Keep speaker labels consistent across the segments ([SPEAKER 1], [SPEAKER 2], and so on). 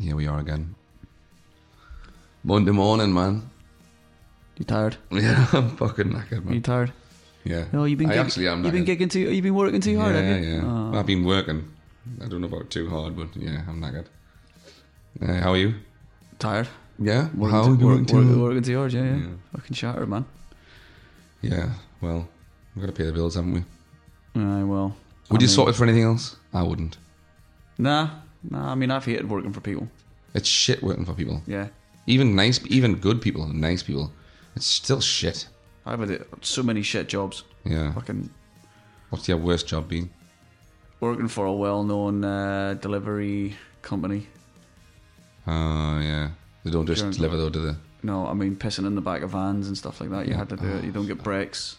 [SPEAKER 1] Here we are again. Monday morning, man.
[SPEAKER 2] You tired?
[SPEAKER 1] Yeah, I'm fucking knackered,
[SPEAKER 2] You
[SPEAKER 1] man.
[SPEAKER 2] tired?
[SPEAKER 1] Yeah.
[SPEAKER 2] No, you've been.
[SPEAKER 1] I
[SPEAKER 2] gig-
[SPEAKER 1] actually am.
[SPEAKER 2] You've been
[SPEAKER 1] knackered.
[SPEAKER 2] gigging too. You've been working too hard,
[SPEAKER 1] yeah,
[SPEAKER 2] have you? Oh.
[SPEAKER 1] yeah. I've been working. I don't know about too hard, but yeah, I'm knackered. Uh, how are you?
[SPEAKER 2] Oh, tired.
[SPEAKER 1] Yeah.
[SPEAKER 2] Working
[SPEAKER 1] how
[SPEAKER 2] too,
[SPEAKER 1] are you
[SPEAKER 2] work-
[SPEAKER 1] doing?
[SPEAKER 2] work- working too hard. Yeah, yeah,
[SPEAKER 1] Yeah.
[SPEAKER 2] Fucking shattered, man.
[SPEAKER 1] Yeah. Well, we've got to pay the bills, haven't we?
[SPEAKER 2] Aye, well.
[SPEAKER 1] Would
[SPEAKER 2] I
[SPEAKER 1] you
[SPEAKER 2] mean-
[SPEAKER 1] sort it for anything else? I wouldn't.
[SPEAKER 2] Nah, nah. I mean, I've hated working for people.
[SPEAKER 1] It's shit working for people.
[SPEAKER 2] Yeah,
[SPEAKER 1] Even nice, even good people, and nice people. It's still shit.
[SPEAKER 2] I've had it- so many shit jobs.
[SPEAKER 1] Yeah.
[SPEAKER 2] Fucking
[SPEAKER 1] What's your worst job been?
[SPEAKER 2] working for a well-known uh, delivery company.
[SPEAKER 1] Oh, yeah. They don't just
[SPEAKER 2] Sure.
[SPEAKER 1] deliver though, do they?
[SPEAKER 2] No, I mean pissing in the back of vans and stuff like that. You had to do it. You don't
[SPEAKER 1] Ah.
[SPEAKER 2] get breaks.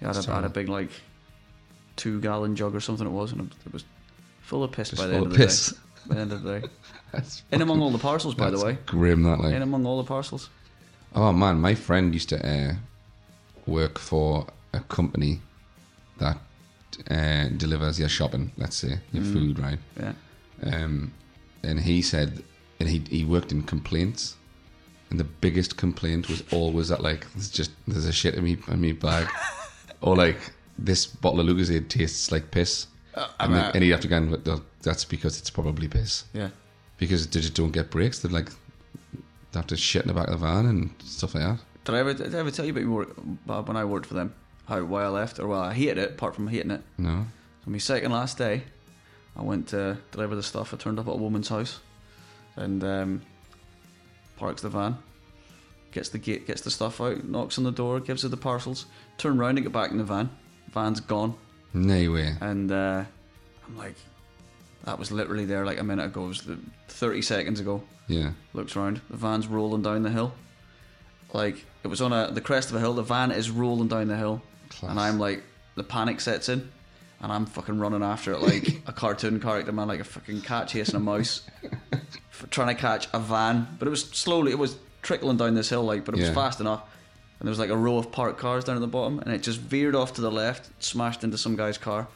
[SPEAKER 2] Yeah, I had a, I had a big like two-gallon jug or something. It was, and it was full of piss
[SPEAKER 1] Just
[SPEAKER 2] by the
[SPEAKER 1] full
[SPEAKER 2] end
[SPEAKER 1] of
[SPEAKER 2] of the
[SPEAKER 1] piss.
[SPEAKER 2] day. By the end of the day,
[SPEAKER 1] That's
[SPEAKER 2] in among all the parcels, by the
[SPEAKER 1] That's
[SPEAKER 2] way.
[SPEAKER 1] Grim that like.
[SPEAKER 2] In among all the parcels.
[SPEAKER 1] Oh man, my friend used to uh, work for a company that uh, delivers your shopping, let's say, your
[SPEAKER 2] Mm.
[SPEAKER 1] food, right?
[SPEAKER 2] Yeah.
[SPEAKER 1] Um, and he said, and he he worked in complaints, and the biggest complaint was always that like there's just there's a shit in me in me bag, or like this bottle of Lucasade tastes like piss, and, then, and he'd have to go and "Look, no, that's because it's probably piss
[SPEAKER 2] Yeah.
[SPEAKER 1] because they just don't get breaks. They're like they have to shit in the back of the van and stuff like that.
[SPEAKER 2] Did I ever did I ever tell you about me work, about when I worked for them? How why I left or well I hated it apart from hating it.
[SPEAKER 1] No.
[SPEAKER 2] On my second last day, I went to deliver the stuff. I turned up at a woman's house, and um, parks the van, gets the gate, gets the stuff out, knocks on the door, gives her the parcels. Turn round and get back in the van. Van's gone,
[SPEAKER 1] No way.
[SPEAKER 2] and uh, I'm like, that was literally there like a minute ago. It was the 30 seconds ago.
[SPEAKER 1] Yeah.
[SPEAKER 2] looks round. The van's rolling down the hill. Like it was on a the crest of a hill. The van is rolling down the hill,
[SPEAKER 1] Class.
[SPEAKER 2] and I'm like, the panic sets in, and I'm fucking running after it like a cartoon character, man, like a fucking cat chasing a mouse, f- trying to catch a van. But it was slowly, it was trickling down this hill, like, but it was
[SPEAKER 1] Yeah.
[SPEAKER 2] fast enough. And there was like a row of parked cars down at the bottom, and it just veered off to the left, smashed into some guy's car.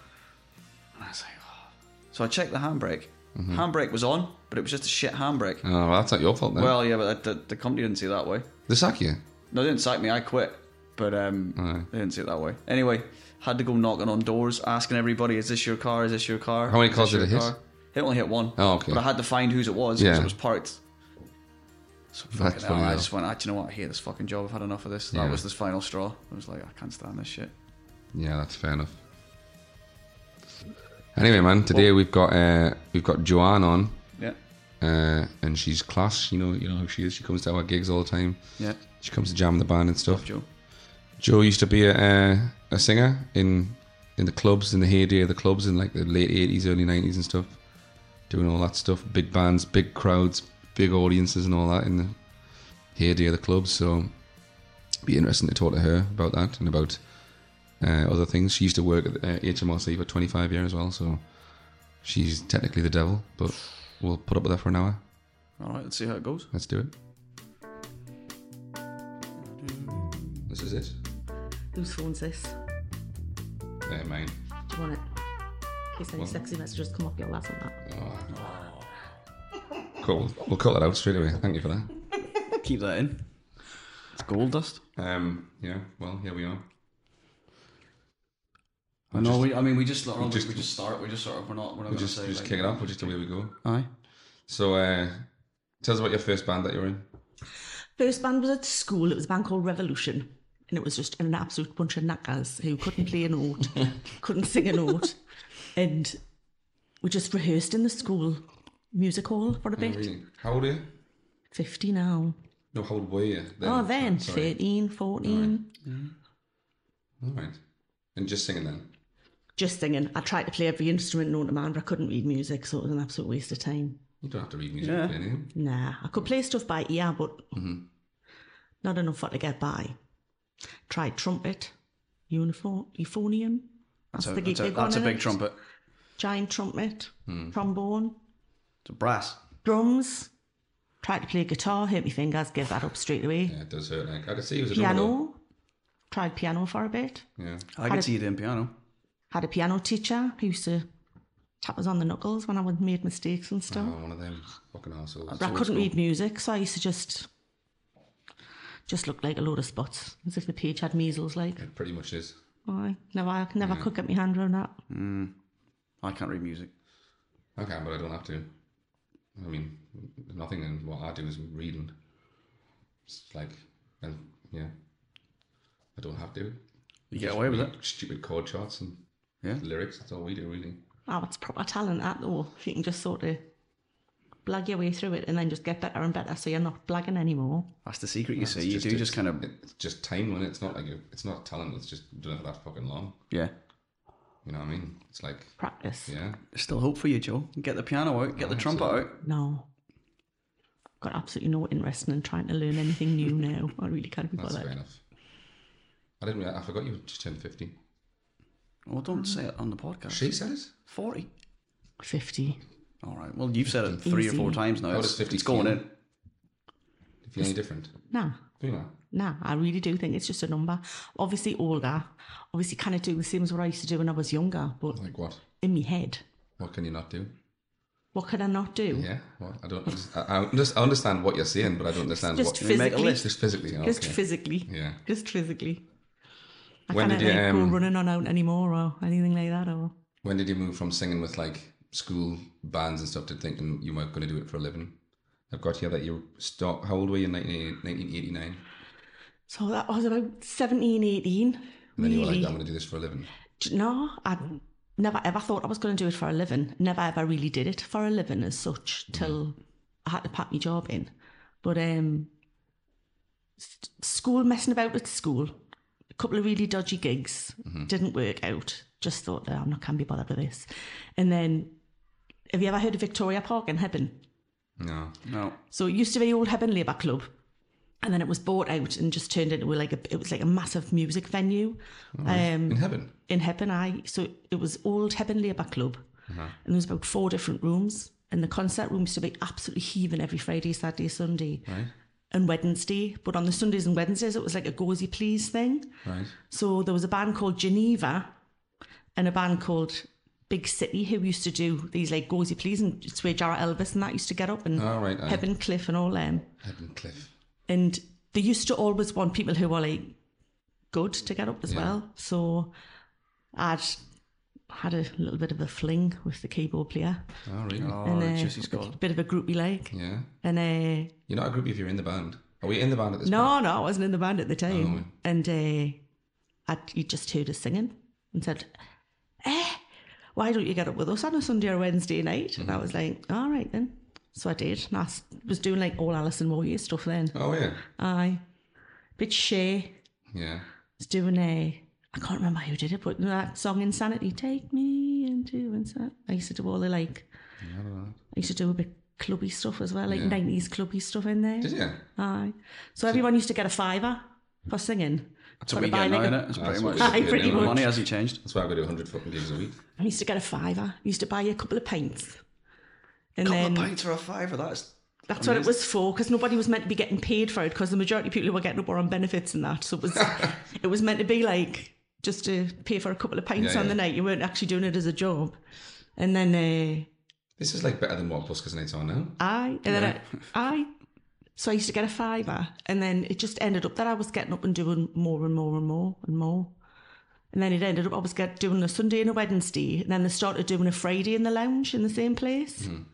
[SPEAKER 2] And I was like, oh. so I checked the handbrake.
[SPEAKER 1] Mm-hmm.
[SPEAKER 2] Handbrake was on, but it was just a shit handbrake.
[SPEAKER 1] Oh, well, that's not your fault then.
[SPEAKER 2] Well, yeah, but that, the, the company didn't see it that way.
[SPEAKER 1] they sack you.
[SPEAKER 2] No, they didn't sack me. I quit. But um,
[SPEAKER 1] Aye.
[SPEAKER 2] they didn't see it that way. Anyway, had to go knocking on doors, asking everybody, "Is this your car? Is this your car?"
[SPEAKER 1] How many
[SPEAKER 2] Is
[SPEAKER 1] cars
[SPEAKER 2] this
[SPEAKER 1] did
[SPEAKER 2] your
[SPEAKER 1] it hit?
[SPEAKER 2] car?" It only hit one.
[SPEAKER 1] Oh, okay.
[SPEAKER 2] But I had to find whose it was
[SPEAKER 1] Yeah.
[SPEAKER 2] because it was parked. So fucking hell,
[SPEAKER 1] funny,
[SPEAKER 2] I
[SPEAKER 1] though.
[SPEAKER 2] just went. "Ah, do you know what? I hate this fucking job. I've had enough of this. That
[SPEAKER 1] Yeah.
[SPEAKER 2] was this final straw. I was like, I can't stand this shit.
[SPEAKER 1] Yeah, that's fair enough. Anyway, man, today we've got uh, we've got Joanne on,
[SPEAKER 2] Yeah,
[SPEAKER 1] uh, and she's class. You know, you know who she is. She comes to our gigs all the time.
[SPEAKER 2] yeah,
[SPEAKER 1] She comes to jam the band and stuff.
[SPEAKER 2] Joe.
[SPEAKER 1] Joe used to be a uh, a singer in in the clubs in the heyday of the clubs in like the late eighties, early nineties and stuff, doing all that stuff, big bands, big crowds, big audiences and all that in the heyday of the clubs. So, be interesting to talk to her about that and about uh, other things. She used to work at uh, HMRC for twenty five years as well, so she's technically the devil, but we'll put up with that for an hour.
[SPEAKER 2] All right, let's see how it goes.
[SPEAKER 1] Let's do it. This is it.
[SPEAKER 3] Whose phone's this?
[SPEAKER 1] Yeah, mine.
[SPEAKER 3] Do you want it? In case any
[SPEAKER 1] What?
[SPEAKER 3] sexy messages come up, you'll laugh at that.
[SPEAKER 1] Cool. We'll cut that out straight away. Thank you for that.
[SPEAKER 2] Keep that in. It's gold dust.
[SPEAKER 1] Um, yeah. Well, here we are.
[SPEAKER 2] I know. We, I mean, we just, we
[SPEAKER 1] just-
[SPEAKER 2] just, we just start. We just sort of. We're not. We're not
[SPEAKER 1] We
[SPEAKER 2] going to
[SPEAKER 1] just
[SPEAKER 2] say.
[SPEAKER 1] we just
[SPEAKER 2] like-
[SPEAKER 1] kick it off. We're just away we go.
[SPEAKER 2] Aye.
[SPEAKER 1] So, uh, tell us about your first band that you were in.
[SPEAKER 3] First band was at school. It was a band called Revolution. And it was just an absolute bunch of knackers who couldn't play a note, couldn't sing a note. And we just rehearsed in the school music hall for a bit.
[SPEAKER 1] Oh, Really? How old are you?
[SPEAKER 3] 50 now.
[SPEAKER 1] No, how old were you? Then?
[SPEAKER 3] oh, then
[SPEAKER 1] Sorry.
[SPEAKER 3] 13, 14.
[SPEAKER 1] All right. And just singing then.
[SPEAKER 3] Just singing. I tried to play every instrument known to man, but I couldn't read music, so it was an absolute waste of time.
[SPEAKER 1] You don't have to read music.
[SPEAKER 2] Yeah.
[SPEAKER 1] play anything.
[SPEAKER 3] Nah, I could play stuff by ear, but
[SPEAKER 2] Mm-hmm.
[SPEAKER 3] not enough for to get by. Tried trumpet, uniform, euphonium. That's,
[SPEAKER 2] So
[SPEAKER 3] the gig
[SPEAKER 2] that's a,
[SPEAKER 3] they got
[SPEAKER 2] that's a
[SPEAKER 3] in
[SPEAKER 2] big Hmm.
[SPEAKER 3] it.
[SPEAKER 2] trumpet.
[SPEAKER 3] Giant trumpet, trombone,
[SPEAKER 2] It's a brass.
[SPEAKER 3] drums. Tried to play guitar, hurt my fingers, gave that up straight away.
[SPEAKER 1] Yeah, it does hurt. Like I could see you was a drummer, though.
[SPEAKER 3] Piano, tried piano for a bit.
[SPEAKER 1] Yeah.
[SPEAKER 2] I could see you doing piano.
[SPEAKER 3] Had a piano teacher who used to tap us on the knuckles when I would made mistakes and stuff.
[SPEAKER 1] Oh, one of them fucking assholes.
[SPEAKER 3] But I couldn't read music, so I used to just just look like a load of spots, as if the page had measles. Like,
[SPEAKER 1] It pretty much is.
[SPEAKER 3] I never, I never could get my hand around that.
[SPEAKER 2] I can't read music.
[SPEAKER 1] I can, but I don't have to. I mean, nothing in what I do is reading. It's like, and yeah, I don't have to.
[SPEAKER 2] You get away with it.
[SPEAKER 1] Stupid chord charts and
[SPEAKER 2] Yeah.
[SPEAKER 1] lyrics. That's all we do, really.
[SPEAKER 3] Oh, it's proper talent that though. If you can just sort of blag your way through it and then just get better and better, so you're not blagging anymore.
[SPEAKER 2] That's the secret, you see. You do just kind of,
[SPEAKER 1] It's just time when it's not like a, it's not talent. It's just done it for that fucking long.
[SPEAKER 2] yeah.
[SPEAKER 1] You know what I mean? It's like,
[SPEAKER 3] Practice.
[SPEAKER 1] yeah,
[SPEAKER 2] There's still hope for you, Joe. Get the piano out, get the trumpet out.
[SPEAKER 3] No. Got absolutely no interest in trying to learn anything new now. I really can't be
[SPEAKER 1] that's fair
[SPEAKER 3] bothered.
[SPEAKER 1] enough. I didn't. rea- I forgot you just turned fifty.
[SPEAKER 2] Well, don't say it on the podcast.
[SPEAKER 1] She says
[SPEAKER 2] 40.
[SPEAKER 3] 50.
[SPEAKER 2] All right. Well, you've said it three or
[SPEAKER 3] Easy.
[SPEAKER 2] four times now.
[SPEAKER 1] Oh,
[SPEAKER 2] It's,
[SPEAKER 1] it's 50
[SPEAKER 2] it's going
[SPEAKER 1] key.
[SPEAKER 2] in.
[SPEAKER 1] Do you feel any different?
[SPEAKER 3] Nah.
[SPEAKER 1] Do you know?
[SPEAKER 3] Nah, I really do think it's just a number. Obviously older. Obviously kind of do the same as what I used to do when I was younger, but
[SPEAKER 1] Like what?
[SPEAKER 3] in my head.
[SPEAKER 1] What can you not do?
[SPEAKER 3] What could I not do?
[SPEAKER 1] Yeah, well, I don't. I, I, just, I understand what you're saying, but I don't understand
[SPEAKER 3] Just
[SPEAKER 1] what.
[SPEAKER 2] Can we make a
[SPEAKER 3] physically.
[SPEAKER 2] list?
[SPEAKER 1] Just physically. Okay.
[SPEAKER 3] Just physically.
[SPEAKER 1] yeah.
[SPEAKER 3] Just physically. I
[SPEAKER 1] When
[SPEAKER 3] can't
[SPEAKER 1] did you,
[SPEAKER 3] like, go
[SPEAKER 1] um,
[SPEAKER 3] running on out anymore or anything like that or
[SPEAKER 1] When did you move from singing with like school bands and stuff to thinking you weren't going to do it for a living? I've got here that you start. How old were you in 19, 1989?
[SPEAKER 3] so that was about 17, 18.
[SPEAKER 1] And then you were
[SPEAKER 3] Really?
[SPEAKER 1] like, I'm going to do this for a living.
[SPEAKER 3] Do you know, I never ever thought I was going to do it for a living. Never ever really did it for a living as such till I had to pack my job in. But um, s- school, messing about at school, a couple of really dodgy gigs didn't work out. Just thought, "Oh, I'm not can be bothered with this. And then, have you ever heard of Victoria Park in Hebden?
[SPEAKER 1] No.
[SPEAKER 2] No.
[SPEAKER 3] So it used to be the old Hebden Labour Club. And then it was bought out and just turned into like a, it was like a massive music venue. Um,
[SPEAKER 1] In heaven.
[SPEAKER 3] in Hepburn I so it was old Hepburn Labour Club and there was about four different rooms and the concert room used to be absolutely heaving every Friday, Saturday, Sunday
[SPEAKER 1] Right.
[SPEAKER 3] and Wednesday. But on the Sundays and Wednesdays it was like a go as you please thing.
[SPEAKER 1] Right.
[SPEAKER 3] So there was a band called Geneva and a band called Big City who used to do these like go as you please and it's where Jarrett Elvis and that used to get up and
[SPEAKER 1] All right. I,
[SPEAKER 3] Hepburn Cliff and all them.
[SPEAKER 1] Heaven Cliff.
[SPEAKER 3] And they used to always want people who were like good to get up as well. So I'd had a little bit of a fling with the keyboard player.
[SPEAKER 1] Oh, really?
[SPEAKER 2] Oh,
[SPEAKER 3] uh,
[SPEAKER 2] Jesse's
[SPEAKER 3] a
[SPEAKER 2] got
[SPEAKER 3] bit of a groupie like.
[SPEAKER 1] Yeah.
[SPEAKER 3] And uh,
[SPEAKER 1] You're not a groupie if you're in the band. Are we in the band at this point?
[SPEAKER 3] no, no, I wasn't in the band at the time. And uh, I he just heard us singing and said, "Eh, why don't you get up with us on a Sunday or Wednesday night?" And I was like, "All right then." So I did. And I s- was doing like all Alison Warrior stuff then.
[SPEAKER 1] Oh, yeah.
[SPEAKER 3] Aye, bit shy.
[SPEAKER 1] Yeah.
[SPEAKER 3] was doing a I can't remember who did it, but that song Insanity, Take Me Into Insanity. I used to do all the like I used to do a bit clubby stuff as well, like
[SPEAKER 1] Yeah.
[SPEAKER 3] nineties clubby stuff in there.
[SPEAKER 1] Did you?
[SPEAKER 3] Aye. So everyone used to get a fiver for singing.
[SPEAKER 2] That's what
[SPEAKER 3] Gotta
[SPEAKER 2] we
[SPEAKER 3] buy,
[SPEAKER 2] get now,
[SPEAKER 3] like, a-
[SPEAKER 2] innit? It's pretty
[SPEAKER 1] That's what
[SPEAKER 2] much.
[SPEAKER 1] we
[SPEAKER 3] Aye,
[SPEAKER 1] do
[SPEAKER 3] pretty
[SPEAKER 1] now.
[SPEAKER 3] much.
[SPEAKER 2] The money hasn't changed.
[SPEAKER 1] That's why I go to 100 fucking gigs a week.
[SPEAKER 3] I used to get a fiver. I used to buy a couple of pints. And
[SPEAKER 2] Couple
[SPEAKER 3] then
[SPEAKER 2] of pints or a fiver. That's
[SPEAKER 3] that's what it was for, because nobody was meant to be getting paid for it, because the majority of people who were getting up were on benefits and that. So it was it was meant to be like just to pay for a couple of pints
[SPEAKER 1] Yeah,
[SPEAKER 3] on the
[SPEAKER 1] yeah.
[SPEAKER 3] night. You weren't actually doing it as a job. And then uh,
[SPEAKER 1] This is like better than what Buskers Nights are now.
[SPEAKER 3] Aye. And then I, aye. So I used to get a fiver, and then it just ended up that I was getting up and doing more and more and more and more. And then it ended up I was get, doing a Sunday and a Wednesday, and then they started doing a Friday in the lounge in the same place. And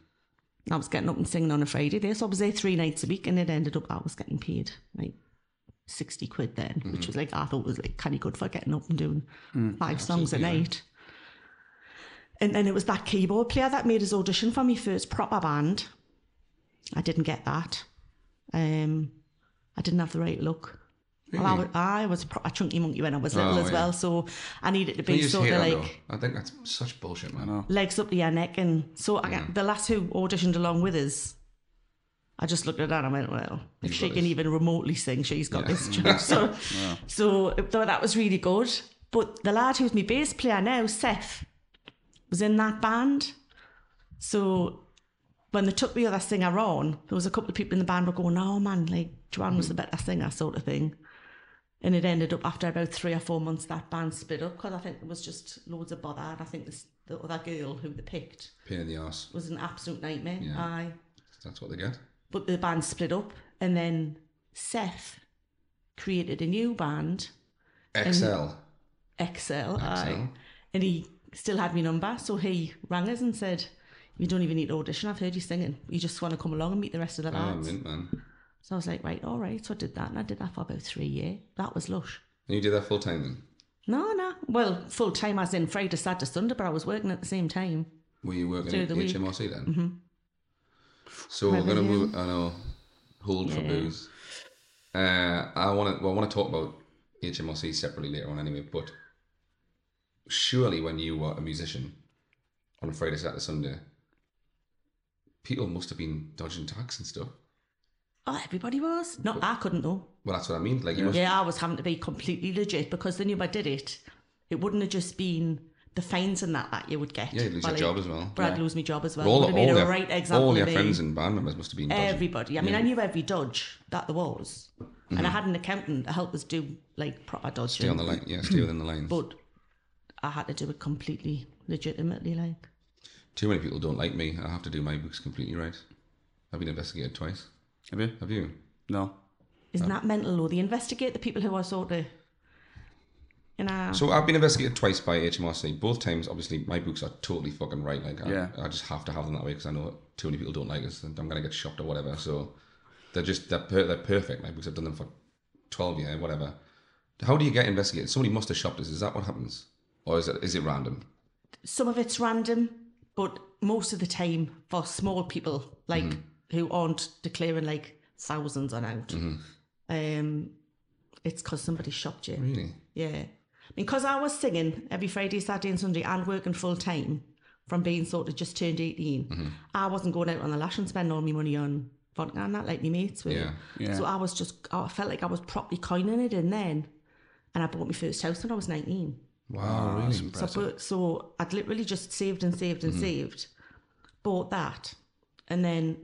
[SPEAKER 3] I was getting up and singing on a Friday there, so I was there three nights a week, and it ended up I was getting paid like sixty quid then,
[SPEAKER 1] Mm-hmm.
[SPEAKER 3] which was like I thought was like kind of good for getting up and doing five songs a night. And then it was that keyboard player that made us audition for my first proper band. I didn't get that. Um, I didn't have the right look. Well, I was, I was a proper chunky monkey when I was little
[SPEAKER 1] Oh,
[SPEAKER 3] as
[SPEAKER 1] yeah.
[SPEAKER 3] well, so I needed to
[SPEAKER 1] You
[SPEAKER 3] be
[SPEAKER 1] just
[SPEAKER 3] sort
[SPEAKER 1] hate
[SPEAKER 3] of
[SPEAKER 1] that,
[SPEAKER 3] like
[SPEAKER 1] though. I think that's such bullshit, man.
[SPEAKER 3] legs up to your neck. And so I
[SPEAKER 1] Mm.
[SPEAKER 3] got, the last who auditioned along with us, I just looked at her and I went, well, if
[SPEAKER 1] You've
[SPEAKER 3] she
[SPEAKER 1] got
[SPEAKER 3] can
[SPEAKER 1] this.
[SPEAKER 3] even remotely sing, she's got this job. So, so it- though that was really good. But the lad who's my bass player now, Seth, was in that band. So when they took the other singer on, there was a couple of people in the band were going, oh man, like Joanne was the
[SPEAKER 1] Mm-hmm.
[SPEAKER 3] better singer sort of thing. And it ended up after about three or four months that band split up because I think it was just loads of bother. And I think this, the other girl who they picked
[SPEAKER 1] Pain in the ass.
[SPEAKER 3] was an absolute nightmare.
[SPEAKER 1] Yeah.
[SPEAKER 3] Aye.
[SPEAKER 1] That's what they get.
[SPEAKER 3] But the band split up, and then Seth created a new band,
[SPEAKER 1] XL.
[SPEAKER 3] XL.
[SPEAKER 1] XL.
[SPEAKER 3] Aye. And he still had my number, so he rang us and said, You don't even need to audition. I've heard you singing. You just want to come along and meet the rest of the
[SPEAKER 1] Oh,
[SPEAKER 3] lads.
[SPEAKER 1] mint, man.
[SPEAKER 3] So I was like, Right, all right. So I did that, and I did that for about three years. That was lush.
[SPEAKER 1] And you did that full time then?
[SPEAKER 3] No, no. Well, full time as in Friday, Saturday, Sunday, but I was working at the same time.
[SPEAKER 1] Were you working
[SPEAKER 3] Through
[SPEAKER 1] at
[SPEAKER 3] the week.
[SPEAKER 1] HMRC then? Mm-hmm. So we're gonna
[SPEAKER 3] Revenue.
[SPEAKER 1] move. I know. Hold for
[SPEAKER 3] Yeah.
[SPEAKER 1] booze. Uh, I want to. Well, I want to talk about HMRC separately later on, anyway. But surely, when you were a musician on a Friday, Saturday, Sunday, people must have been dodging tax and stuff.
[SPEAKER 3] Oh, everybody was. Not I couldn't though.
[SPEAKER 1] Well, that's what I mean. Like you must.
[SPEAKER 3] Yeah, I was having to be completely legit because they knew if I did it, it wouldn't have just been the fines and that that you would get.
[SPEAKER 1] Yeah, you'd lose
[SPEAKER 3] Well,
[SPEAKER 1] your
[SPEAKER 3] it-
[SPEAKER 1] job as well.
[SPEAKER 3] But I'd lose my job as well.
[SPEAKER 1] All, all,
[SPEAKER 3] Would have been a
[SPEAKER 1] their,
[SPEAKER 3] right example
[SPEAKER 1] all your
[SPEAKER 3] of me.
[SPEAKER 1] friends and band members must have been dodging.
[SPEAKER 3] Everybody. I mean,
[SPEAKER 1] Yeah. Mm-hmm.
[SPEAKER 3] I knew every dodge that there was, and I had an accountant that helped us do like proper dodging.
[SPEAKER 1] Stay on the line. Yeah, stay within the lines.
[SPEAKER 3] But I had to do it completely legitimately, like.
[SPEAKER 1] Too many people don't like me. I have to do my books completely right. I've been investigated twice.
[SPEAKER 2] Have you?
[SPEAKER 1] Have you?
[SPEAKER 2] No.
[SPEAKER 3] Isn't that mental though? They investigate the people who are sort of, you know.
[SPEAKER 1] So I've been investigated twice by HMRC. Both times, obviously, my books are totally fucking right. Like, I,
[SPEAKER 2] Yeah.
[SPEAKER 1] I just have to have them that way because I know too many people don't like us and I'm gonna get shocked or whatever. So they're just they're per- they're perfect. My books I've done them for twelve years, whatever. How do you get investigated? Somebody must have shopped us. Is that what happens, or is it is it random?
[SPEAKER 3] some of it's random, but most of the time for small people like
[SPEAKER 1] Mm-hmm.
[SPEAKER 3] who aren't declaring like thousands on out, um, it's because somebody shopped you.
[SPEAKER 1] Really?
[SPEAKER 3] Yeah, because I was singing every Friday, Saturday, and Sunday, and working full time from being sort of just turned 18
[SPEAKER 1] Mm-hmm.
[SPEAKER 3] I wasn't going out on the lash and spending all my money on vodka and that like my mates were.
[SPEAKER 1] Yeah.
[SPEAKER 2] Yeah.
[SPEAKER 3] So I was just, I felt like I was properly coining it, and then, and I bought my first house when I was nineteen.
[SPEAKER 1] Wow, really?
[SPEAKER 3] So, I bought- so I'd literally just saved and saved and
[SPEAKER 1] Mm-hmm.
[SPEAKER 3] saved, bought that, and then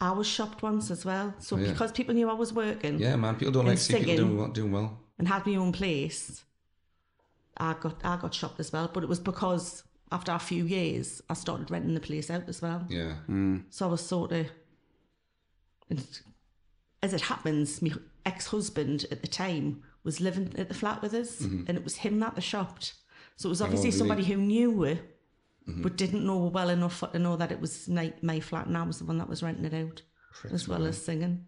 [SPEAKER 3] I was shopped once as well. So
[SPEAKER 1] Oh, yeah.
[SPEAKER 3] because people knew I was working
[SPEAKER 1] Yeah, man. People don't
[SPEAKER 3] And
[SPEAKER 1] like to see people
[SPEAKER 3] singing.
[SPEAKER 1] doing well, doing well.
[SPEAKER 3] and had my own place, I got I got shopped as well. But it was because after a few years, I started renting the place out as well.
[SPEAKER 1] Yeah.
[SPEAKER 3] So I was sort of, and as it happens, my ex husband at the time was living at the flat with us,
[SPEAKER 2] Mm-hmm.
[SPEAKER 3] and it was him that they shopped. So
[SPEAKER 2] Oh,
[SPEAKER 3] it was obviously
[SPEAKER 1] really?
[SPEAKER 3] somebody who knew her,
[SPEAKER 2] Mm-hmm.
[SPEAKER 3] but didn't know her well enough to know that it was my, my flat, and I was the one that was renting it out, as well as singing.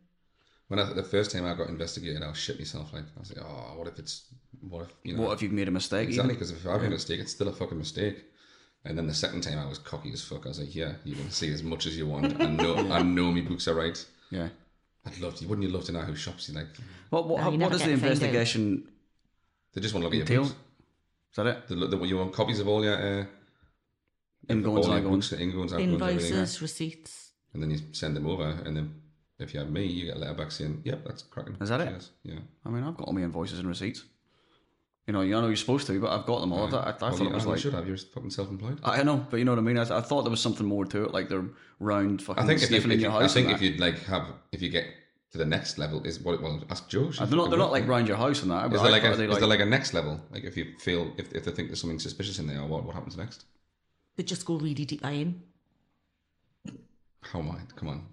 [SPEAKER 1] When I, the first time I got investigated, I was shit myself. Like I was like, oh, what if it's what if you know
[SPEAKER 2] What if you've made a mistake?
[SPEAKER 1] Exactly,
[SPEAKER 2] even?
[SPEAKER 1] because if I made a mistake, it's still a fucking mistake. And then the second time, I was cocky as fuck. I was like, "Yeah, you can see as much as you want. I know, I know, my books are right.
[SPEAKER 2] Yeah.
[SPEAKER 1] I'd love to. Wouldn't you love to know who shops you like?
[SPEAKER 2] What what,
[SPEAKER 3] No,
[SPEAKER 2] how-
[SPEAKER 3] you
[SPEAKER 2] what
[SPEAKER 3] never
[SPEAKER 2] does the
[SPEAKER 3] get offended.
[SPEAKER 2] investigation
[SPEAKER 1] They just want to look at your
[SPEAKER 2] entail? Is
[SPEAKER 1] books.
[SPEAKER 2] that it?
[SPEAKER 1] They look, they, want- you want copies of all your uh,
[SPEAKER 2] Ingoings
[SPEAKER 1] all
[SPEAKER 2] and
[SPEAKER 1] your books,
[SPEAKER 2] outgoings.
[SPEAKER 1] ingoings, outgoings, everything.
[SPEAKER 3] Invoices, receipts.
[SPEAKER 1] And then you send them over, and then if you have me, you get a letter back saying, "Yep, that's cracking."
[SPEAKER 2] Is that it?
[SPEAKER 1] Cheers. Yeah.
[SPEAKER 2] I mean, I've got all my invoices and receipts. You know, you know you're supposed to, but I've got them all. I, I, I
[SPEAKER 1] Well,
[SPEAKER 2] thought
[SPEAKER 1] you,
[SPEAKER 2] it was
[SPEAKER 1] you
[SPEAKER 2] like.
[SPEAKER 1] should have. You're fucking self-employed.
[SPEAKER 2] I know, but you know what I mean. I, I thought there was something more to it, like they're round fucking
[SPEAKER 1] I think if you,
[SPEAKER 2] sniffing
[SPEAKER 1] if
[SPEAKER 2] in your
[SPEAKER 1] you-
[SPEAKER 2] house.
[SPEAKER 1] I think
[SPEAKER 2] and
[SPEAKER 1] if you'd like have if you get to the next level is what. Well, ask Joe.
[SPEAKER 2] that. they're not, they're not like round your house and that. but
[SPEAKER 1] Is
[SPEAKER 2] I
[SPEAKER 1] there like a
[SPEAKER 2] thought
[SPEAKER 1] is
[SPEAKER 2] they,
[SPEAKER 1] there like a next level? Like if you feel if, if they think there's something suspicious in there, what what happens next?
[SPEAKER 3] They just go really deep in.
[SPEAKER 1] How am I? Come on,